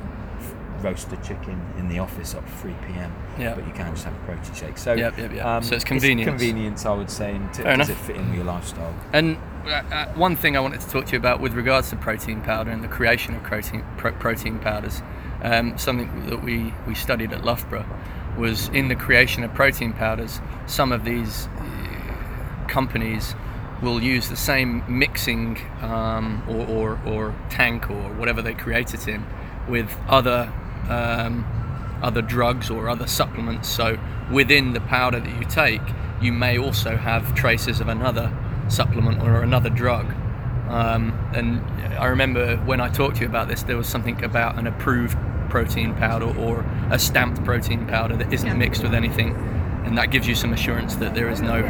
roast a chicken in the office up to 3 p.m. Yeah. But you can just have a protein shake. So, um, Yep, yep, yep. So it's convenience. convenience, I would say. And t- Fair does enough. it fit in with your lifestyle? And uh, uh, one thing I wanted to talk to you about with regards to protein powder and the creation of protein, pro- protein powders, um, something that we, we studied at Loughborough, was in the creation of protein powders, some of these uh, companies will use the same mixing um, or, or, or tank or whatever they create it in with other um, other drugs or other supplements. So within the powder that you take, you may also have traces of another supplement or another drug. Um, and I remember when I talked to you about this, there was something about an approved protein powder or a stamped protein powder that isn't mixed with anything, and that gives you some assurance that there is no,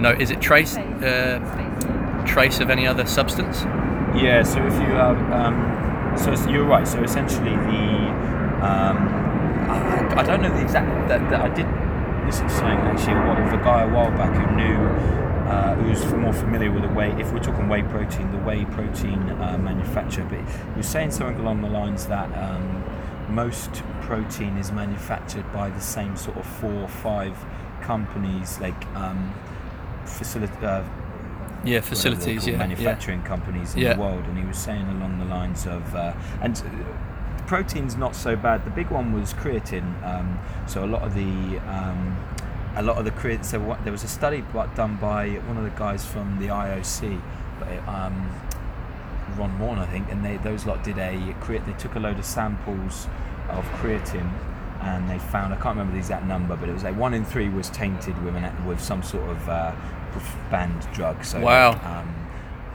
no, is it trace, uh, trace of any other substance? Yeah, so if you have, um, so it's- you're right. So essentially, the um, I, I don't know the exact that, that I did listen to something actually what, with a guy a while back who knew uh, who was more familiar with the whey. If we're talking whey protein, the whey protein uh, manufacturer, but he was saying something along the lines that um, most protein is manufactured by the same sort of four or five companies, like um, facility. Uh, Yeah, whatever they're facilities, called, yeah, yeah, manufacturing companies in Yeah. the world, and he was saying along the lines of, uh, and uh, protein's not so bad. The big one was creatine. Um, so a lot of the um, a lot of the creatine. So what, there was a study bu- done by one of the guys from the IOC, but it, um, Ron Warren, I think, and they those lot did a create. They took a load of samples of creatine, and they found I can't remember the exact number, but it was like one in three was tainted with an, with some sort of uh, banned drug. So Wow. like, um,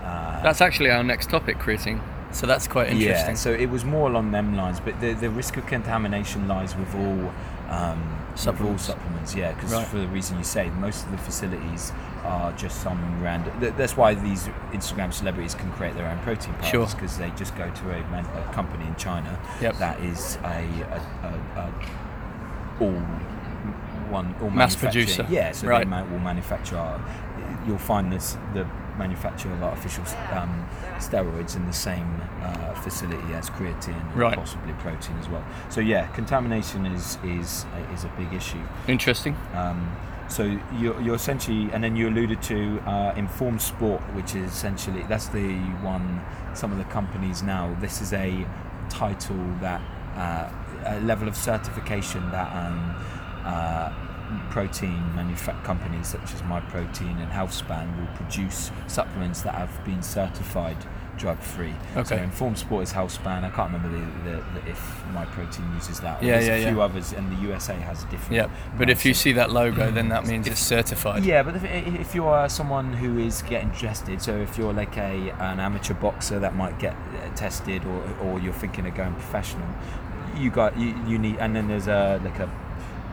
uh, That's actually our next topic, creatine. So that's quite interesting. yeah. So it was more along them lines, but the the risk of contamination lies with all. Um, with Supplements. all supplements, yeah, because Right. for the reason you say, most of the facilities are just some random. Th- that's why these Instagram celebrities can create their own protein powders Sure. because they just go to a, man- a company in China Yep. that is a, a, a, a all one all Mass manufacturing- producer. Yeah, so Right. they ma- will manufacture. Our, you'll find this the manufacture of artificial um, steroids in the same uh, facility as creatine and Right. possibly protein as well. So yeah, contamination is is is a big issue. Interesting. Um, so you're, you're essentially, and then you alluded to uh, informed sport, which is essentially that's the one. Some of the companies now. This is a title that uh, a level of certification that um, uh, protein manufa- companies such as MyProtein and HealthSpan will produce supplements that have been certified drug free. So Okay. informed sport is HealthSpan. I can't remember the, the, the, if MyProtein uses that. or Yeah, there's yeah, a yeah. few others, and the USA has a different. Yeah, but if you license. see that logo, then that means it's certified. Yeah, but if, if you are someone who is getting tested, so if you're like a an amateur boxer that might get uh, tested, or or you're thinking of going professional, you got you, you need, and then there's a like a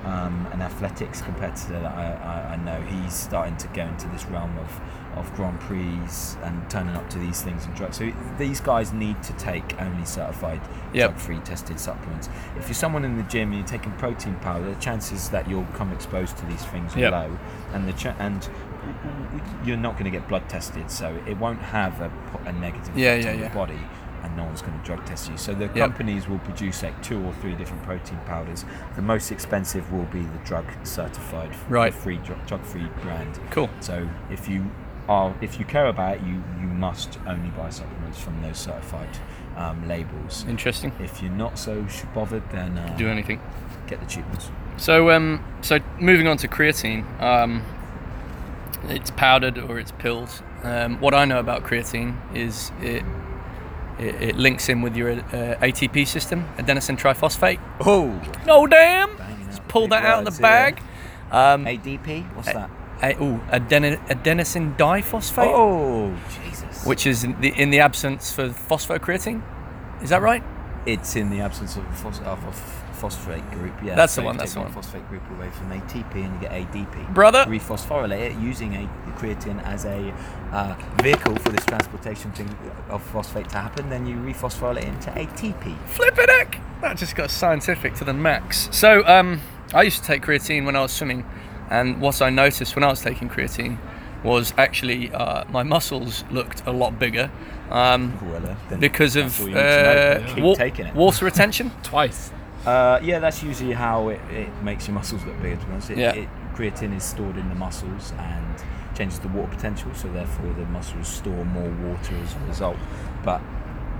um, an athletics competitor that I, I, I know. He's starting to go into this realm of of Grand Prix and turning up to these things and drugs. So these guys need to take only certified Yep. drug free tested supplements. If you're someone in the gym and you're taking protein powder, the chances that you'll come exposed to these things are Yep. low, and the cha- and you're not going to get blood tested, so it won't have a, po- a negative Yeah, effect yeah, on your yeah. body, and no one's going to drug test you. So the companies will produce like two or three different protein powders. The most expensive will be the drug certified, f- Right. free drug, drug free brand. Cool. So if you are if you care about it, you you must only buy supplements from those certified um, labels. Interesting. If you're not so sh- bothered, then uh, Do anything. get the cheap ones. So, um, so moving on to creatine, um, it's powdered or it's pills. Um, what I know about creatine is it it, it links in with your uh, ATP system, adenosine triphosphate. Oh, No damn! Banging Just out pull big that out of words, the yeah. bag. Um, ADP. What's that? a, ooh, adeni- adenosine diphosphate, Oh, Jesus. which is in the, in the absence for phosphocreatine. Is that right? It's in the absence of a, phos- of a f- phosphate group. Yeah, That's the you've one, that's taken the one. Phosphate group away from ATP and you get ADP. Brother. rephosphorylate it using a creatine as a uh, vehicle for this transportation thing uh, of phosphate to happen. Then you rephosphorylate it into ATP. Flippin' heck! That just got scientific to the max. So, um, I used to take creatine when I was swimming, and what I noticed when I was taking creatine was actually uh, my muscles looked a lot bigger um, Cruella, uh, then because that's of all you need to know. uh, Keep wa- taking it. water (laughs) retention. Twice. Uh, yeah, that's usually how it, it makes your muscles look bigger. To be honest, it, Yeah. it, creatine is stored in the muscles and changes the water potential, so therefore the muscles store more water as a result. But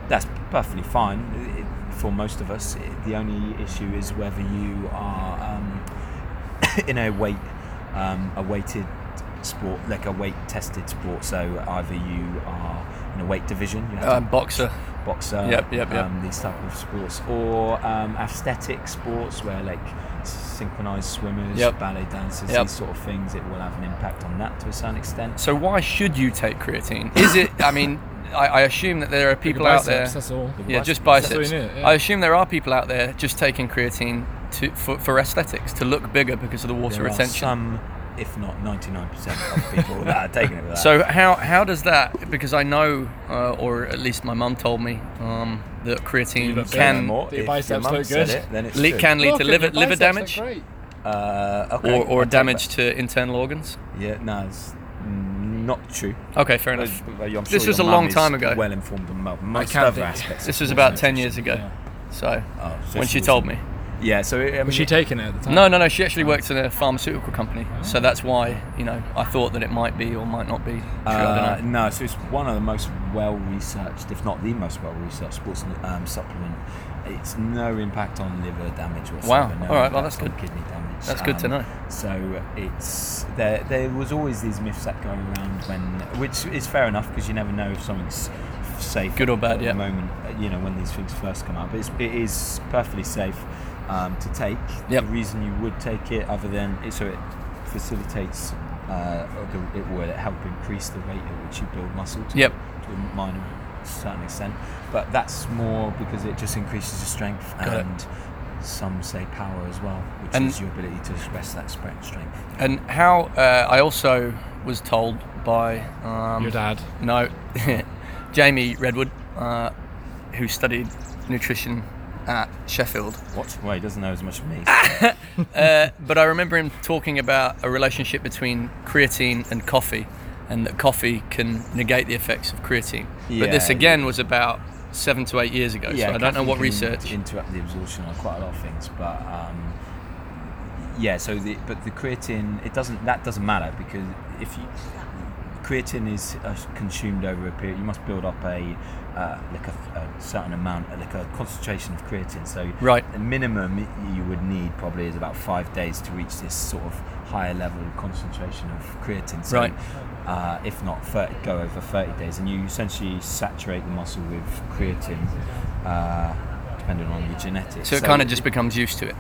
that's perfectly fine It- it- for most of us. It, the only issue is whether you are um, (coughs) in a weight um, a weighted sport, like a weight tested sport. So either you are in a weight division, you have Uh, to boxer. boxer, Yep, yep, yep. Um, these type of sports, or um, aesthetic sports where like synchronized swimmers, Yep. ballet dancers, Yep. these sort of things. It will have an impact on that to a certain extent. So why should you take creatine? Is it? I mean, I, I assume that there are people out there. Biceps, That's all. Yeah, just That's biceps. all you need, yeah. I assume there are people out there just taking creatine to, for, for aesthetics to look bigger because of the water There are retention. some, if not 99% of people that are taking it with (laughs) that. So how how does that? Because I know, uh, or at least my mum told me, um, that You creatine look Say no can more. The If biceps your mum look said good. It, then it's le- true. can lead Look, to and liver your liver biceps look damage great. Uh, okay, or, or I'll take damage that. to internal organs. Yeah, no, it's mm, not true. Okay, fair But enough. I'm sure This your was a mum long is time ago. Well informed on mo- most can't other think. aspects. of This was sports about and ten nutrition. years ago, Yeah. so Oh, so when she was told in- me. Yeah, so I mean, Was she taking it at the time? No, no, no. She actually worked in a pharmaceutical company, so that's why you know I thought that it might be or might not be. True, I Uh, don't know. no, so it's one of the most well-researched, if not the most well-researched sports um, supplement. It's no impact on liver damage whatsoever. No All right, well, impact that's on good. Kidney damage. Um, That's good to know. So it's there. There was always these myths that go around when, which is fair enough because you never know if something's safe, Good or bad, At yeah. the moment, uh, you know, when these things first come up, it's, it is perfectly safe um, to take. Yep. The reason you would take it, other than it, so it facilitates, uh, or the, it will help increase the rate at which you build muscle. To, Yep. To a minor certain extent, but that's more because it just increases your strength Got it. and. Some say power as well, which And- is your ability to express that spe- strength. And how uh, I also was told by um, Your dad. No, (laughs) Jamie Redwood, uh, who studied nutrition at Sheffield. What? Well, he doesn't know as much as (laughs) me. Uh, but I remember him talking about a relationship between creatine and coffee, and that coffee can negate the effects of creatine. but this Yeah, again was about seven to eight years ago, so I don't know caffeine what can research. interrupt the absorption on quite a lot of things, but um, yeah. So the but the creatine it doesn't that doesn't matter because if you creatine is uh, consumed over a period, you must build up a uh, like a, a certain amount, like a concentration of creatine. So Right. the minimum you would need probably is about five days to reach this sort of higher level of concentration of creatine. So, Right. Uh, if not, 30, go over 30 days, and you essentially saturate the muscle with creatine, uh, depending on your genetics. So it kind of just becomes used to it.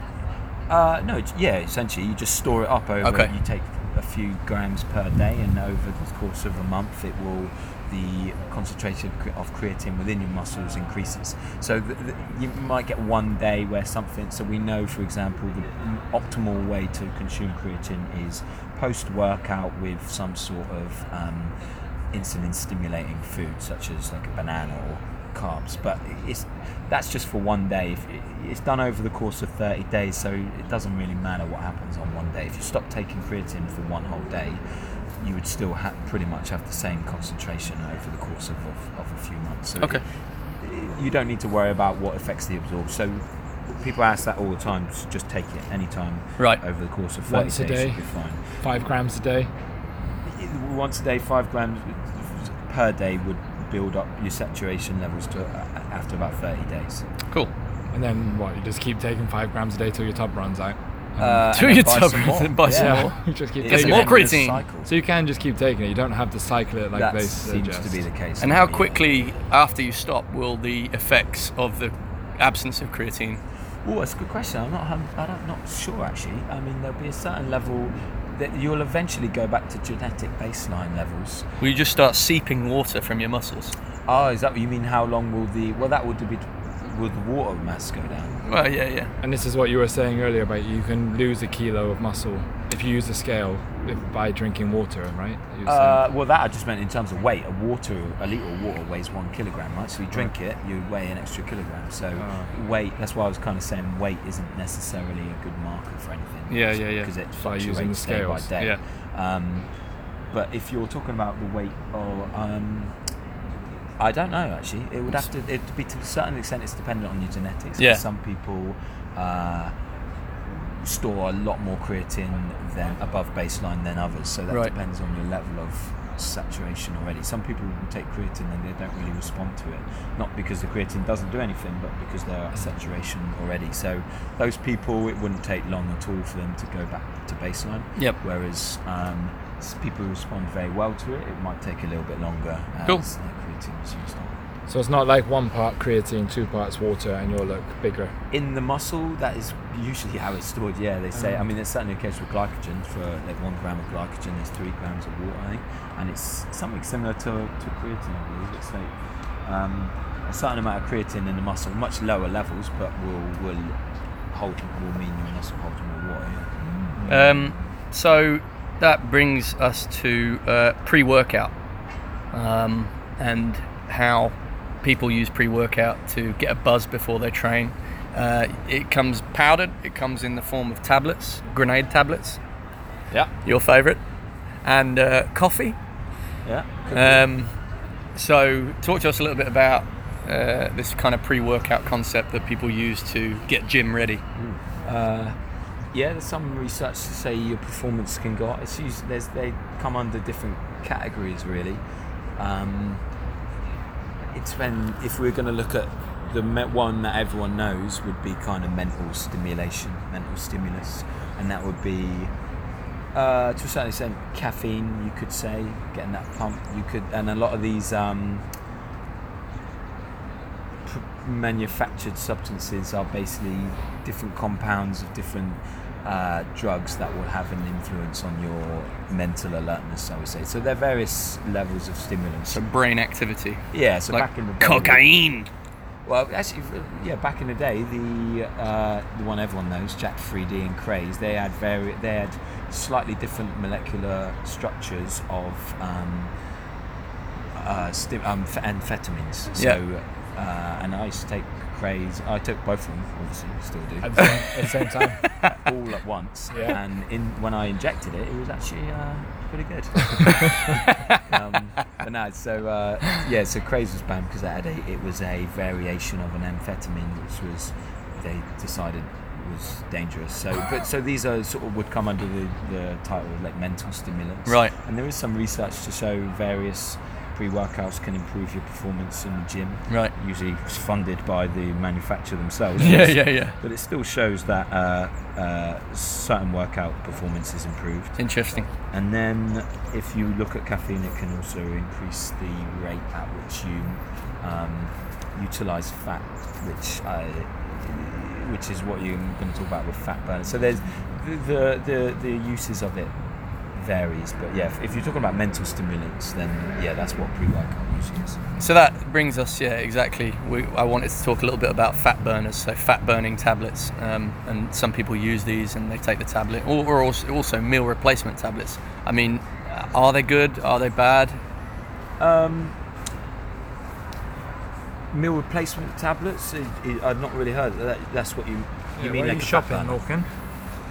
Uh, no, it's- yeah, essentially, you just store it up over. Okay. You take a few grams per day, and over the course of a month, it will the concentration of cre- of creatine within your muscles increases. So th th you might get one day where something. So we know, for example, the m- optimal way to consume creatine is post workout with some sort of um, insulin stimulating food, such as like a banana or carbs but it's that's just for one day if it's done over the course of 30 days so it doesn't really matter what happens on one day if you stop taking creatine for one whole day you would still ha- pretty much have the same concentration over the course of, of, of a few months so Okay. it- you don't need to worry about what affects the absorb so people ask that all the time s- just take it anytime Right. over the course of 30 Once a days day. you'll be fine Five grams a day. once a day, five grams per day would build up your saturation levels to uh, after about 30 days. Cool. And then what? You just keep taking five grams a day till your tub runs out. Um, Uh, Um, (laughs) Do and your then buy tub some and more. then buy some Yeah. more. you just keep It's Get taking some more it. an creatine. endless cycle. So you can just keep taking it. You don't have to cycle it like that they seems suggest. to be the case. uh, And how Yeah. quickly after you stop will the effects of the absence of creatine Oh, that's a good question. I'm not. hun- I'm not sure actually. I mean, there'll be a certain level that you'll eventually go back to genetic baseline levels. Will you just start seeping water from your muscles? Oh, is that what you mean? How long will the well that would be will the water mass go down? Well, yeah, yeah. And this is what you were saying earlier about you can lose a kilo of muscle if you use a scale if, by drinking water, right? You were saying. Uh, well, that I just meant in terms of weight. A water, a liter of water weighs one kilogram, right? So you drink it, you weigh an extra kilogram. So Ah. weight. That's why I was kind of saying weight isn't necessarily a good marker for anything. Yeah, yeah, yeah. Because it By fluctuates using the scales, day by day. Um, but if you're talking about the weight, or um, I don't know actually. It would have to. It would be to a certain extent. It's dependent on your genetics. 'cause Yeah. Some people. Uh, store a lot more creatine than above baseline than others. So that Right. depends on your level of saturation already. Some people will take creatine and they don't really respond to it, not because the creatine doesn't do anything, but because they're at saturation already. So those people, it wouldn't take long at all for them to go back to baseline. Yep. Whereas um, s- people who respond very well to it, it might take a little bit longer as Cool. their creatine is used up. so it's not like one part creatine, two parts water, and you'll look bigger. in the muscle, that is usually how it's stored. Yeah, they say. I mean, there's certainly a case with glycogen. For like one gram of glycogen, there's three grams of water, I think, and it's something similar to, to creatine. I believe it's like um, a certain amount of creatine in the muscle, much lower levels, but will will hold will mean your muscle holds more water. Yeah. Um, so that brings us to uh, pre-workout um, and how people use pre-workout to get a buzz before they train. Uh, it comes powdered. It comes in the form of tablets, grenade tablets, Yeah. your favourite, and uh, coffee. Yeah. Could Um, so, talk to us a little bit about uh, this kind of pre-workout concept that people use to get gym ready. Uh, yeah, there's some research to say your performance can go. It's used, there's, they come under different categories really. Um, it's when if we're going to look at the me- one that everyone knows would be kind of mental stimulation, mental stimulus, and that would be uh, to a certain extent caffeine. You could say getting that pump. You could, and a lot of these. Um, pr- manufactured substances are basically different compounds of different uh, drugs that will have an influence on your mental alertness, I would say. So there are various levels of stimulants. So, brain activity, yeah, so like back in the day- cocaine. well, actually, yeah, back in the day, the uh, the one everyone knows, Jack 3D and Craze, they had vari- they had slightly different molecular structures of um, uh, sti- um, f- amphetamines. So, uh, and I used to take Craze. I took both of them, obviously, still do At the same, at the same time. all (laughs) at once. Yeah. And in, when I injected it, it was actually uh, (laughs) pretty good. um, but no, so uh, yeah, so Craze was banned because it had a, it was a variation of an amphetamine, which was they decided was dangerous. So, but so these are sort of would come under the, the title of like mental stimulants, Right. And there is some research to show various pre-workouts can improve your performance in the gym. Right. Usually it's funded by the manufacturer themselves. (laughs) Yeah, yeah, yeah. But it still shows that uh, uh, certain workout performance is improved. Interesting. And then if you look at caffeine, it can also increase the rate at which you um, utilize fat, which I, which is what you're going to talk about with fat burners. So there's the, the, the, the uses of it varies. But yeah, if, if you're talking about mental stimulants, then yeah, that's what pre-workout usually is. So that brings us, yeah, exactly. We, I wanted to talk a little bit about fat burners, so fat burning tablets. Um, and some people use these and they take the tablet, or, or also, also meal replacement tablets. I mean, are they good? Are they bad? Um, meal replacement tablets? I- I- I've not really heard. That, that's what you (laughs) you mean like a fat burner? Lorcan?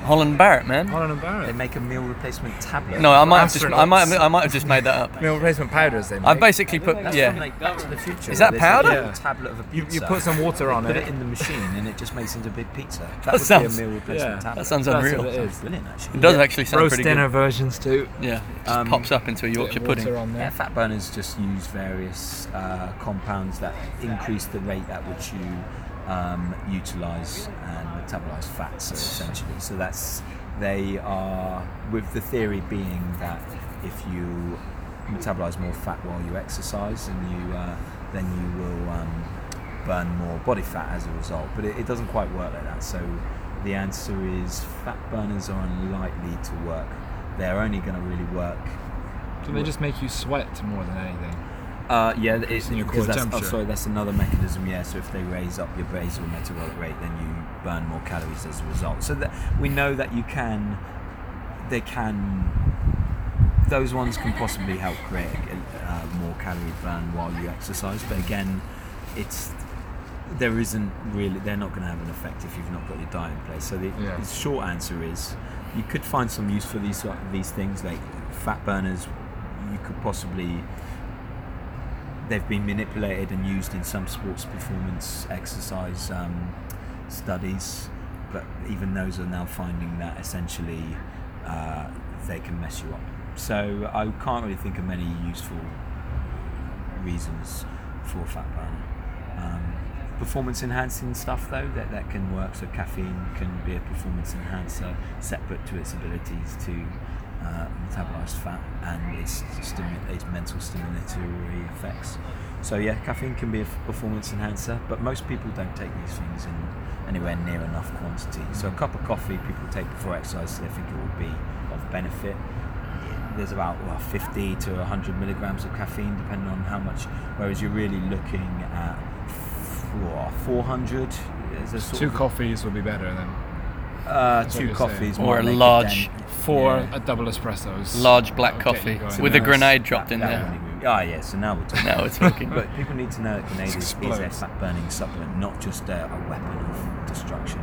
Holland Barrett, man. Holland and They Barrett. make a meal replacement tablet. No, I might have just, I might, Astronauts. I might have just made that up. Meal replacement powders, they make. I basically put, That's yeah. from, like, Back to the future. Is that There's, like, a powder? little tablet of a you, pizza. you put some water on Put it. it in the machine and it just makes into a big pizza. That, would sounds- be a meal replacement yeah, tablet. that sounds That's unreal. what it That's is. brilliant actually. It does actually sound Roast pretty dinner good. versions too. Yeah, just Um, pops up into a Yorkshire Bit of pudding. Water on Yeah, there. fat burners just use various uh, compounds that increase the rate at which you um, utilize and metabolize fats, essentially. So that's they are with the theory being that if you metabolize more fat while you exercise, and you uh, then you will um, burn more body fat as a result. But it, it doesn't quite work like that. So the answer is fat burners are unlikely to work they're only going to really work. Do they just make you sweat more than anything? Uh, yeah, it's in your core because that's, oh, temperature. sorry, that's another mechanism. Yeah, so if they raise up your basal metabolic rate, then you burn more calories as a result. So that we know that you can, they can, those ones can possibly help create uh, more calorie burn while you exercise. But again, it's there isn't really they're not going to have an effect if you've not got your diet in place. So the, Yeah. the short answer is you could find some use for these sort- these things like fat burners. You could possibly they've been manipulated and used in some sports performance exercise um, studies, but even those are now finding that essentially uh, they can mess you up. So I can't really think of many useful reasons for fat burn. Um, performance enhancing stuff though that, that can work. So caffeine can be a performance enhancer, separate to its abilities to uh, metabolize fat and its stimu- its mental stimulatory effects. So yeah, caffeine can be a f- performance enhancer, but most people don't take these things in anywhere near enough quantity. So a cup of coffee people take before exercise, so they think it will be of benefit there's about well, 50 to 100 milligrams of caffeine, depending on how much. Whereas you're really looking at four, 400 as a sort Two of coffees would be better than uh, what two you're coffees saying. Or might a make it large then- four yeah. a double espressos. Large black Okay, coffee you go in with a there. grenade dropped That- in that there. would be- Ah, yeah. So now we're (laughs) talking. Now we're talking. Look, people need to know that grenade is, is a explodes. fat-burning supplement, not just a, a weapon of destruction.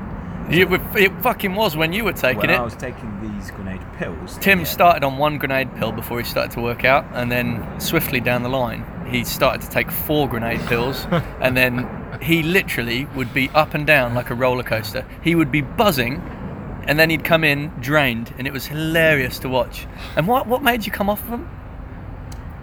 You, it fucking was when you were taking When I it. was taking these grenade pills. Tim yeah, started on one grenade pill before he started to work out, and then swiftly down the line, he started to take four grenade (laughs) pills, and then he literally would be up and down like a roller coaster. He would be buzzing, and then he'd come in drained, and it was hilarious to watch. And what what made you come off of them?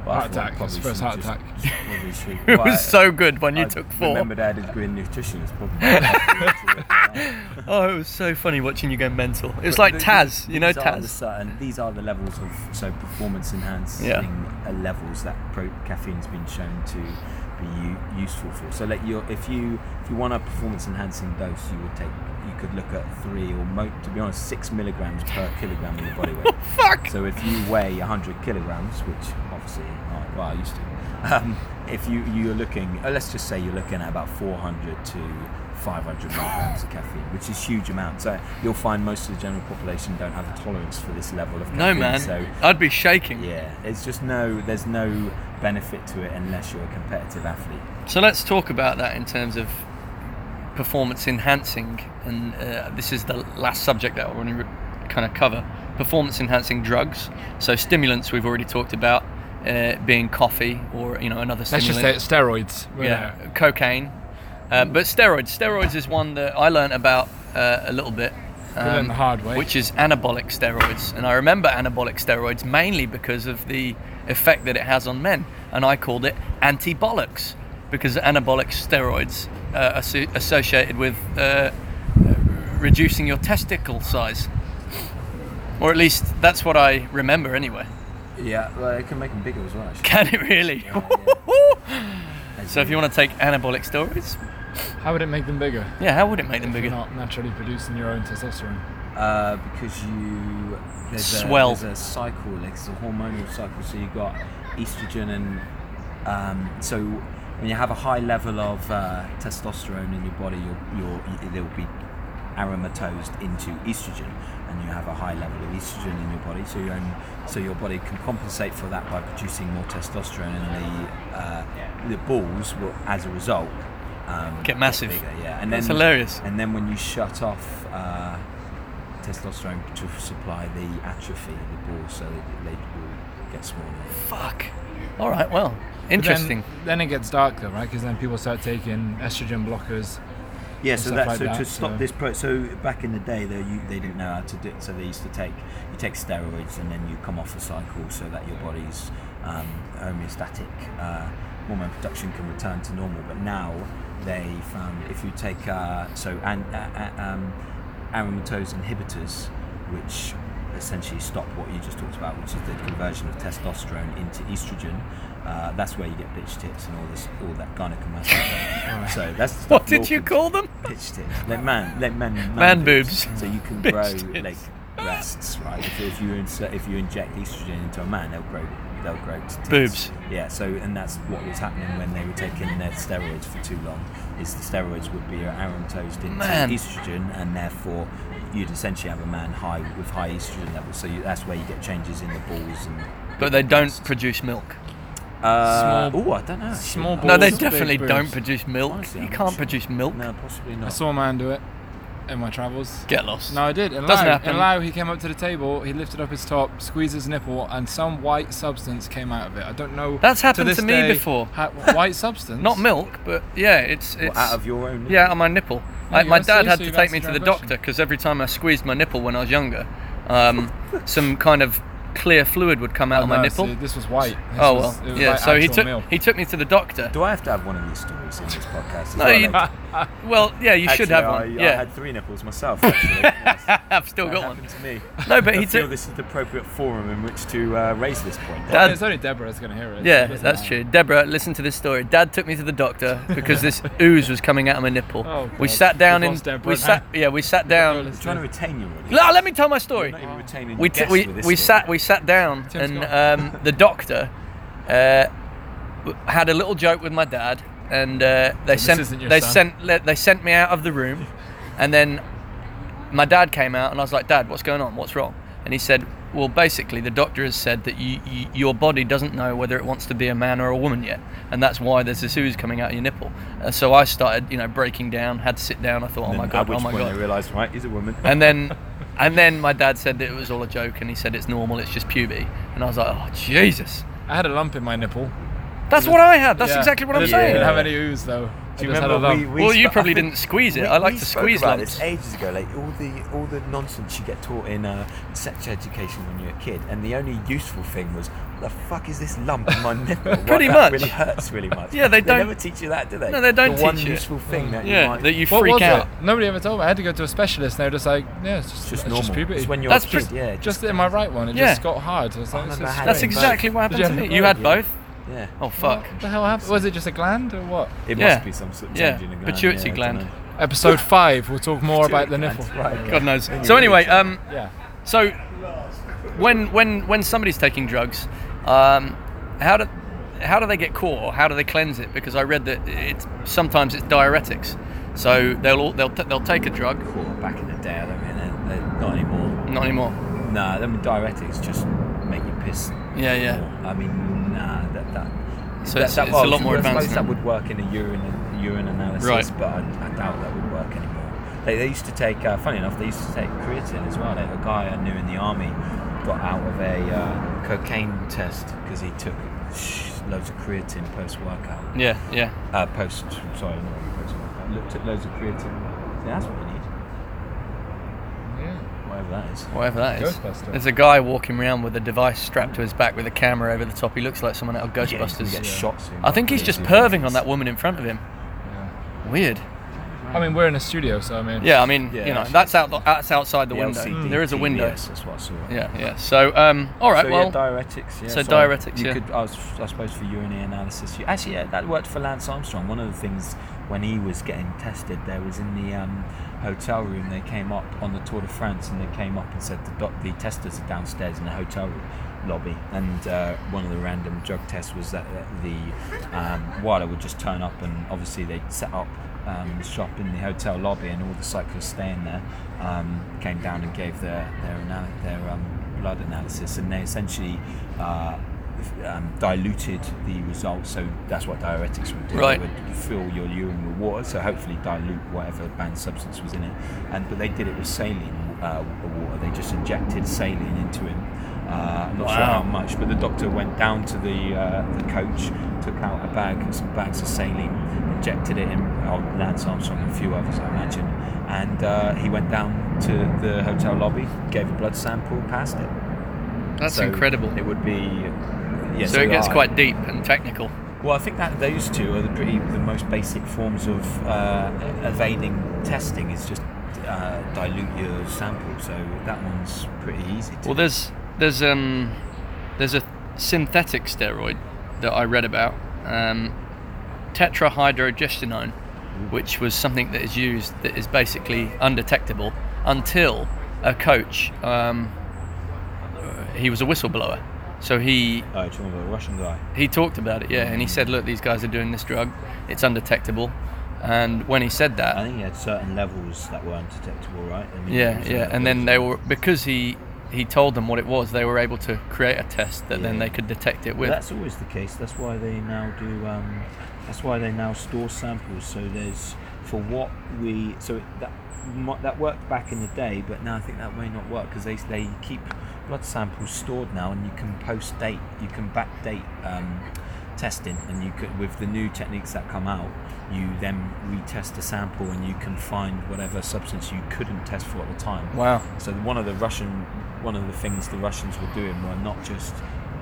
well, I Heart thought attack, probably his first should heart just- attack. probably should- (laughs) (laughs) It Well, was so good when you I took four. Remembered I did green nutrition. It's probably (laughs) Oh, it was so funny watching you go mental. It was like Taz, you know These are the Taz. certain, these are the levels of so performance enhancing Yeah. uh, levels that pro- caffeine's been shown to be u- useful for. So like your if you if you want a performance enhancing dose, you would take you could look at three or mo- to be honest six milligrams per kilogram of your body weight. (laughs) Fuck. So if you weigh 100 kilograms, which obviously, I- well, I used to, um, if you, you're looking, uh, let's just say you're looking at about 400 to 500 milligrams of caffeine, which is huge amount. So you'll find most of the general population don't have a tolerance for this level of caffeine. No man, So I'd be shaking. yeah, it's just no, there's no benefit to it unless you're a competitive athlete. So let's talk about that in terms of performance enhancing, and uh, this is the last subject that I want to kind of cover: performance enhancing drugs. So stimulants we've already talked about, uh, being coffee or you know another Let's just stimulant. say it's steroids. We're yeah, there. cocaine. Uh, but steroids. Steroids is one that I learned about uh, a little bit. um, learned the hard way. Which is anabolic steroids. And I remember anabolic steroids mainly because of the effect that it has on men. And I called it anti bollocks because anabolic steroids uh, are so- associated with uh, reducing your testicle size. Or at least that's what I remember anyway. (laughs) Yeah, well, it can make them bigger as well, actually. Can it really? (laughs) so if you want to take anabolic steroids, uh, How would it make them bigger? Yeah, how would it make them If you're bigger? not naturally producing your own testosterone. Uh, because you there's Swell. A, there's a cycle, like it's a hormonal cycle. So you've got estrogen and um, so when you have a high level of uh, testosterone in your body, you'll, you'll, it'll be aromatized into estrogen, and you have a high level of estrogen in your body. So your own, so your body can compensate for that by producing more testosterone, and the uh, the balls will, as a result, um, Get massive. bigger, yeah, and That's then hilarious. and then when you shut off uh, testosterone to supply the atrophy of the balls, so that they will get smaller. Fuck. All right. Well, But then- interesting. Then, it gets dark though, right? Because then people start taking estrogen blockers. Oh. Yeah, and so stuff that like so that, to stop so- this pro so back in the day though you, they didn't know how to do it, so they used to take you take steroids and then you come off a cycle so that your body's um, homeostatic uh, hormone production can return to normal. But now they found if you take uh, so and uh, uh, um, aromatase inhibitors, which essentially stop what you just talked about, which is the conversion of testosterone into estrogen. Uh, that's where you get bitch tits and all this, all that (laughs) gynecomastia. so that's the what stuff did Lorcan you call them? pitch tits. Like man, like man, man, Man boobs. (laughs) So you can Pitch grow tits. like breasts, right? If, if you insert, if you inject estrogen into a man, they'll grow they'll grow to tits. Boobs. Yeah. So and that's what was happening when they were taking their steroids for too long. Is the steroids would be aromatized into Man. estrogen, and therefore you'd essentially have a man high with high estrogen levels. So you, that's where you get changes in the balls and. But they don't produce milk. Uh, Small- oh, I don't know. actually. small No, they Balls, big definitely boobs. don't produce milk. Honestly, you I'm not can't sure. produce milk. No, possibly I not. saw a man do it in my travels. Get lost. No, I did. In Doesn't Lao, happen. In Lao, he came up to the table, he lifted up his top, squeezed his nipple, and some white substance came out of it. I don't know. That's happened this to me day before. how- white substance? (laughs) Not milk, but yeah, it's Well, it's out of your own. yeah, on my nipple. Yeah, I, my I see, dad had so to you've take me to answered the our doctor question. because every time I squeezed my nipple when I was younger, um, some kind of clear fluid would come out Oh, of my no, nipple. see, this was white. This oh was- well, it was yeah. like so he actual took milk. he took me to the doctor. Do I have to have one of these stories in this podcast? as No, well? you- Like, Well, yeah, you should actually, have I, one. I yeah, had three nipples (laughs) myself. Actually. Yes. I've still That got happened one. (laughs) to me. No, but I he feel took. this is the appropriate forum in which to uh, raise this point. Dad- it's only Deborah that's going to hear it. Yeah, It doesn't that's matter. true. Deborah, listen to this story. Dad took me to the doctor (laughs) because this ooze was coming out of my nipple. Oh, we God. sat down We've in. lost Deborah We now. sat. Yeah, we sat down. We're You're trying to retain your audience. No, let me tell my story. You're not even retaining we your t- guests we, with this we story. sat we sat down Tim's and um, the doctor uh, w- had a little joke with my dad and uh, they this isn't sent your they son. sent le- they sent me out of (laughs) the room and then my dad came out and I was like dad what's going on what's wrong and he said well basically the doctor has said that you, you your body doesn't know whether it wants to be a man or a woman yet and that's why there's this ooze coming out of your nipple and so I started you know breaking down had to sit down I thought oh And my then god at which oh my point god I realised, right, he's a woman. and then, and then my dad said that it was all a joke, and he said it's normal, it's just puberty. And I was like, oh Jesus, I had a lump in my nipple. that's what I had. That's Yeah. exactly what I I'm didn't- I saying. didn't have Yeah. any ooze though. Do you I just had remember a lump. we, we Well, you spo- (laughs) probably didn't squeeze it. We- I like we to spoke squeeze about lumps. this ages ago. Like all the all the nonsense you get taught in uh, sex education when you're a kid, and the only useful thing was, "What the fuck is this lump on my (laughs) nipple? Wow, Pretty that much. really hurts really much. Yeah, they don't- never teach you that, do they? No, they don't the one teach it. useful thing that you yeah, might that you What was freak out. it? Nobody ever told me. I had to go to a specialist. and They were just like, yeah, it's just, It's just it's normal. puberty. It's when you're That's a kid, just- yeah. just in my right one, it Yeah. just got hard. I was like, I this remember is how it That's But- strange. exactly what Did you happened to have me. You had yeah. both. yeah. Oh fuck. What the hell happened? Was it just a gland or what? It Yeah. must be some sort of Yeah, change in the gland. pituitary yeah, I gland. dunno. Episode (laughs) five. We'll talk more about the Pituitary nipple. gland, Right. God knows. So anyway, um, Yeah. So, when when when somebody's taking drugs, um, how do how do they get caught? Or how do they cleanse it? Because I read that it's sometimes it's diuretics. So they'll all, they'll t- they'll take a drug. Cool, Back in the day, I don't mean they're, they're not anymore. Not anymore. Nah, them diuretics just make you piss. Yeah, yeah. more. I mean, nah, that that. So that, it's- that- it's a well, lot more I advanced suppose now. that would work in a urine urine analysis, Right. but I, I doubt that would work anymore. They, they used to take. Uh, funny enough, they used to take creatine as well. Like, a guy I knew in the army got out of a uh, cocaine test because he took sh- loads of creatine post workout Yeah, yeah. uh, post. Sorry, not really post. I looked at loads of creatine. See, that's what we need. Yeah. Whatever that is. Whatever that is. Ghostbuster. There's a guy walking around with a device strapped to his back with a camera over the top. He looks like someone out of Yeah, he's gonna Ghostbusters. get shot soon. I think he's just perving on that woman in front of him. yeah. Weird. I mean, we're in a studio, so I mean. Yeah, I mean, Yeah, you know, actually. that's out that's outside the, The window. LCD There is a TV, window. Yes, that's what I saw. Yeah, yeah. So, um, all right. so well, yeah, diuretics. Yeah, so sorry. diuretics, You yeah. could, I, was, I suppose, for urinary analysis. You, actually, yeah, that worked for Lance Armstrong. One of the things when he was getting tested, there was in the um, hotel room. They came up on the Tour de France, and they came up and said the, doc- the testers are downstairs in the hotel room lobby. And uh, one of the random drug tests was that uh, the um, water would just turn up, and obviously they would set up. Um, shop in the hotel lobby, and all the cyclists staying there um, came down and gave their their, anal- their um, blood analysis, and they essentially uh, f- um, diluted the results. So that's what diuretics would do. Right. They would fill your urine with water, so hopefully dilute whatever banned substance was in it. And but they did it with saline uh, water. They just injected saline into him. Uh, I'm not sure Wow. how much, but the doctor went down to the uh, the coach, took out a bag, some bags of saline, injected it in oh, Lance Armstrong and a few others, I imagine. And uh, he went down to the hotel lobby, gave a blood sample, passed it. that's So incredible. It would be. Yeah, so it gets I- quite deep and technical. Well, I think that those two are the pretty the most basic forms of uh, evading testing. Is just uh, dilute your sample. So that one's pretty easy. To Well, there's there's um there's a synthetic steroid that I read about, um, tetrahydrogestinone, which was something that is used that is basically undetectable until a coach. Um, uh, he was a whistleblower, so he Oh, do you remember the Russian guy? he talked about it, yeah, and he said, "Look, these guys are doing this drug; it's undetectable." And when he said that, I think he had certain levels that were undetectable, right? And he Yeah, was on yeah, that and then list. they were because he he told them what it was. They were able to create a test that then Yeah. they could detect it Well, with. that's always the case. That's why they now do. Um, that's why they now store samples. So there's for what we. So it, that mi- that worked back in the day, but now I think that may not work because they they keep blood samples stored now, and you can post date, you can backdate um, testing, and you could with the new techniques that come out, you then retest a sample and you can find whatever substance you couldn't test for at the time. wow. So one of the Russian, one of the things the Russians were doing were not just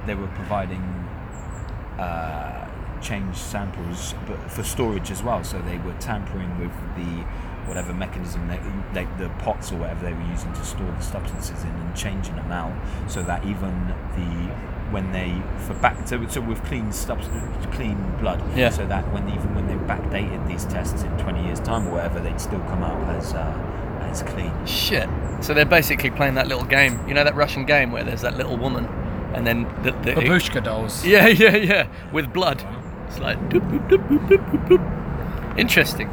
they were providing uh, changed samples, but for storage as well. So they were tampering with the whatever mechanism, they, like the pots or whatever they were using to store the substances in, and changing them out so that even the when they for back so, so with clean substance, clean blood. Yeah. So that when even when they backdated these tests in 20 years time or whatever, they'd still come out as uh, as clean. Shit. So they're basically playing that little game. You know that Russian game where there's that little woman, and then the, the Babushka dolls. yeah, (laughs) yeah, yeah, with blood. It's like doop, doop, doop, doop, doop, doop, doop. interesting.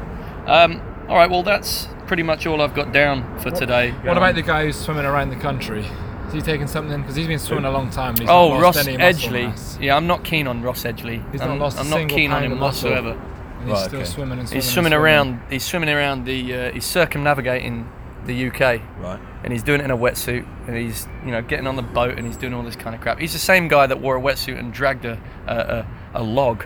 Um, all right, well that's pretty much all I've got down for today. What about the guy who's swimming around the country? Is he taking something? Because he's been swimming a long time. And he's not Oh, lost Ross any muscle Edgley. mass. Yeah, I'm not keen on Ross Edgley. He's not I'm, lost a I'm not single keen on pound him of muscle. whatsoever. And he's Right, still okay. swimming and swimming. He's swimming and around. He's swimming around the. Uh, he's circumnavigating the UK, Right. and he's doing it in a wetsuit. And he's, you know, getting on the boat and he's doing all this kind of crap. He's the same guy that wore a wetsuit and dragged a a, a, a log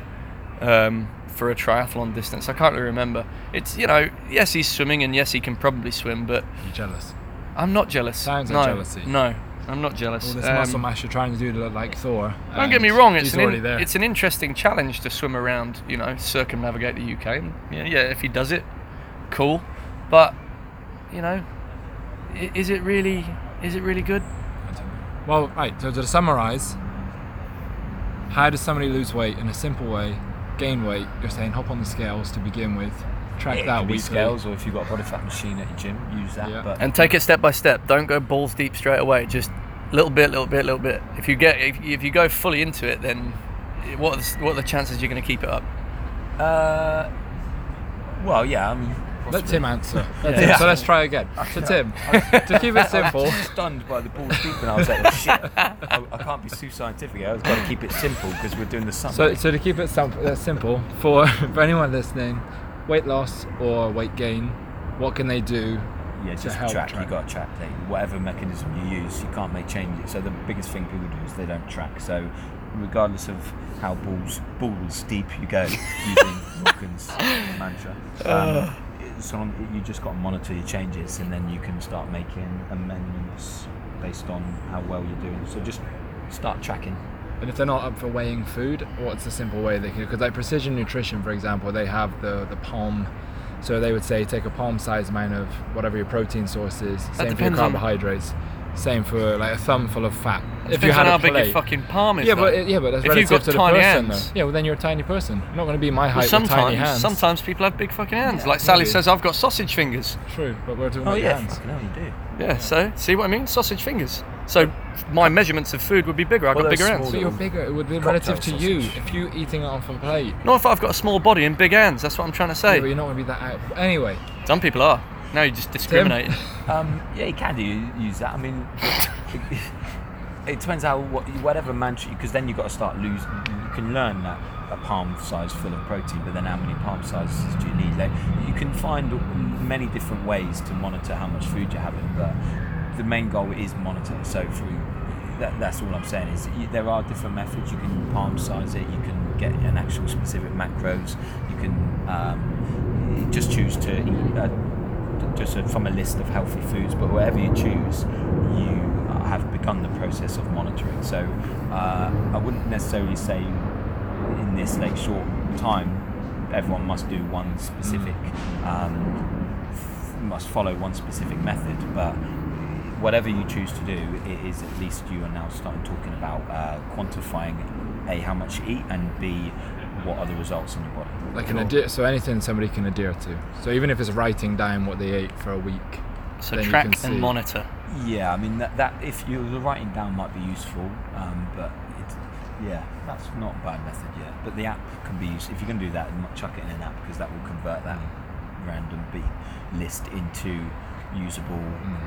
um, for a triathlon distance. I can't really remember. It's, you know, yes, he's swimming and yes, he can probably swim, but You jealous? I'm not jealous. Sounds no, like jealousy. No, I'm not jealous. All this Um, muscle mass you're trying to do to look like Thor. don't get and me wrong; it's he's an already in, there. it's an interesting challenge to swim around, you know, circumnavigate the UK. And yeah, yeah, if he does it, cool. But you know, i- is it really is it really good? Well, right. So to summarize, how does somebody lose weight in a simple way? Gain weight. You're saying hop on the scales to begin with. Track it that could be weekly. scales, or if you've got a body fat machine at your gym, use that. Yeah. But And take it step by step. Don't go balls deep straight away. Just little bit, little bit, little bit. If you get if, if you go fully into it, then what are the, what are the chances you're going to keep it up? uh, well, yeah, I mean, Let Tim (laughs) answer. Yeah. So let's try again. So Tim, (laughs) to keep it I simple, (laughs) was stunned by the ball deep, and I was like, oh, shit, I, I can't be too scientific. I've got to keep it simple because we're doing the summer. So, so to keep it sim- uh, simple for (laughs) for anyone listening, weight loss or weight gain, what can they do? yeah, just help track. track. You got to track. Like, whatever mechanism you use, you can't make changes. So the biggest thing people do is they don't track. So regardless of how balls balls deep you (laughs) go, using Wilkins' mantra, um, it- so on- you just got to monitor your changes, and then you can start making amendments based on how well you're doing. So just start tracking. And if they're not up for weighing food, what's the simple way they can? Because like precision nutrition, for example, they have the the palm. So they would say take a palm-sized amount of whatever your protein source is. Same for your depends on- carbohydrates. Same for like a thumbful of fat. if you Depends had on a how big your plate- fucking palm is. yeah, though. but yeah, but that's if relative you've got to the tiny person. hands. Though. Yeah, well then you're a tiny person. You're not going to be my Well, height with tiny sometimes hands. sometimes people have big fucking hands. like Sally maybe. says, I've got sausage fingers. True, but we're talking Oh about your yeah, hands. fucking hell, you do. Yeah, so see what I mean? Sausage fingers. So my measurements of food would be bigger. I've Well, got those bigger small hands. But you're bigger. It would be relative to Cocktail you sausage. if you eating it off a plate. Not if I've got a small body and big hands. That's what I'm trying to say. Yeah, but you're not going to be that out. Anyway, Some people are. Now you're just (laughs) discriminating. Um, yeah, you can do use that. I mean, it, it depends how what, whatever mantra because then you've got to start lose. You can learn that a palm size full of protein, but then how many palm sizes do you need? Like, you can find many different ways to monitor how much food you're having, but the main goal is monitor. So through that, that's all I'm saying is you, there are different methods. You can palm size it. You can get an actual specific macros. You can um, just choose to eat. Uh, just a- from a list of healthy foods, but whatever you choose, you uh, have begun the process of monitoring. So uh, I wouldn't necessarily say in this like short time everyone must do one specific, um, f- must follow one specific method, but whatever you choose to do, it is at least you are now starting talking about uh, quantifying a how much you eat and b what are the results in your body. like an Cool. adhere, so anything somebody can adhere to. So even if it's writing down what they ate for a week, So Then you can track see. and monitor. Yeah, I mean that, that if you the writing down might be useful, um, but it's yeah, that's not a bad method yet. But the app can be used if you're going to do that, m- chuck it in an app because that will convert that random beat list into usable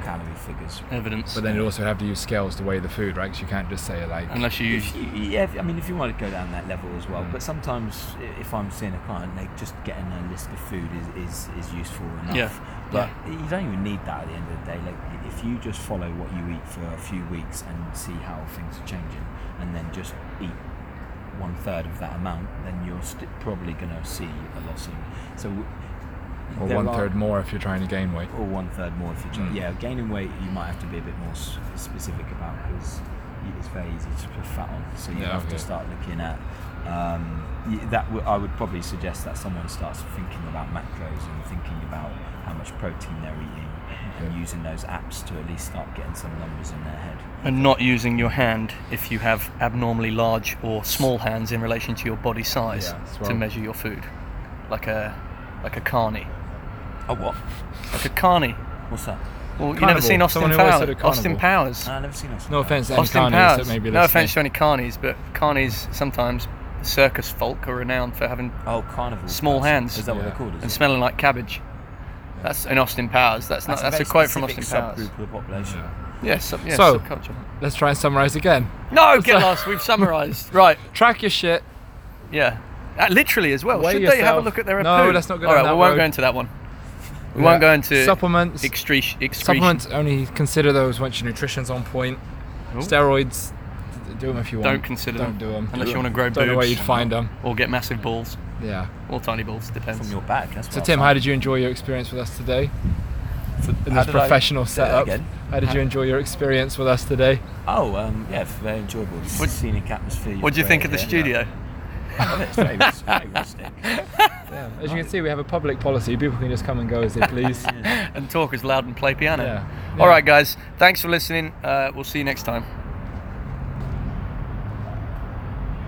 calorie figures. evidence. But then you also have to use scales to weigh the food, right? Because you can't just say like. unless you Mm. use If you, yeah, if- I mean, if you want to go down that level as well, but sometimes i- if I'm seeing a client, like just getting a list of food is, is, is useful enough. Yeah, But you don't even need that at the end of the day. Like if you just follow what you eat for a few weeks and see how things are changing, and then just eat one third of that amount, then you're st- probably going to see a loss in. So w- or there one are- third more if you're trying to gain weight. or one third more if you change. Mm. Yeah, gaining weight you might have to be a bit more s- specific about because it's very easy to put fat on. So you Yeah, have okay. to start looking at um, y- that. W- I would probably suggest that someone starts thinking about macros and thinking about how much protein they're eating and Okay. using those apps to at least start getting some numbers in their head. and not using your hand if you have abnormally large or small hands in relation to your body size Yeah, that's to right. measure your food, like a like a carny, Oh what? like a carny. What's that? Well, you Carnivore. never seen Austin Someone who always said Powers. a carnivore. Austin Powers. I've never seen that. No offense, to any Austin carnies Powers. that may be no offense to listening. any carnies, but carnies sometimes circus folk are renowned for having Oh, carnival. Small person. hands. Is that what Yeah. they're called? is and it? smelling like cabbage. That's in Austin Powers. That's not. That's a, very quote from Austin specific Powers. Subgroup of the population. Yeah. Yes. sub- yes, So- subculture. Let's try and summarize again. No, get lost. (laughs) We've summarised. Right. Track your shit. Yeah. Uh, literally as well. Weigh Should they have a yourself. look at their No, poo? let's not go All right, down we that won't road. go into that one. We won't go into supplements. excretion. excretion. Supplements only consider those once your nutrition's on point. Ooh. Steroids, d- do them if you want. Don't consider Don't them. do them Unless you wanna grow Don't know where boobs. you'd find them. Or get massive balls. Yeah. Or tiny balls, depends. From your bag. That's So what I Tim, found. how did you enjoy your experience with us today in How this did I- professional Say that setup? again? How did you enjoy your experience with us today? Oh, um, yeah, it's very enjoyable. It's What- scenic atmosphere. what do you think of the studio? Oh, it's very, it's very rustic. Yeah. As you can see, we have a public policy. People can just come and go as they please. And talk as loud and play piano. Yeah. Yeah. All right, guys. Thanks for listening. Uh, we'll see you next time.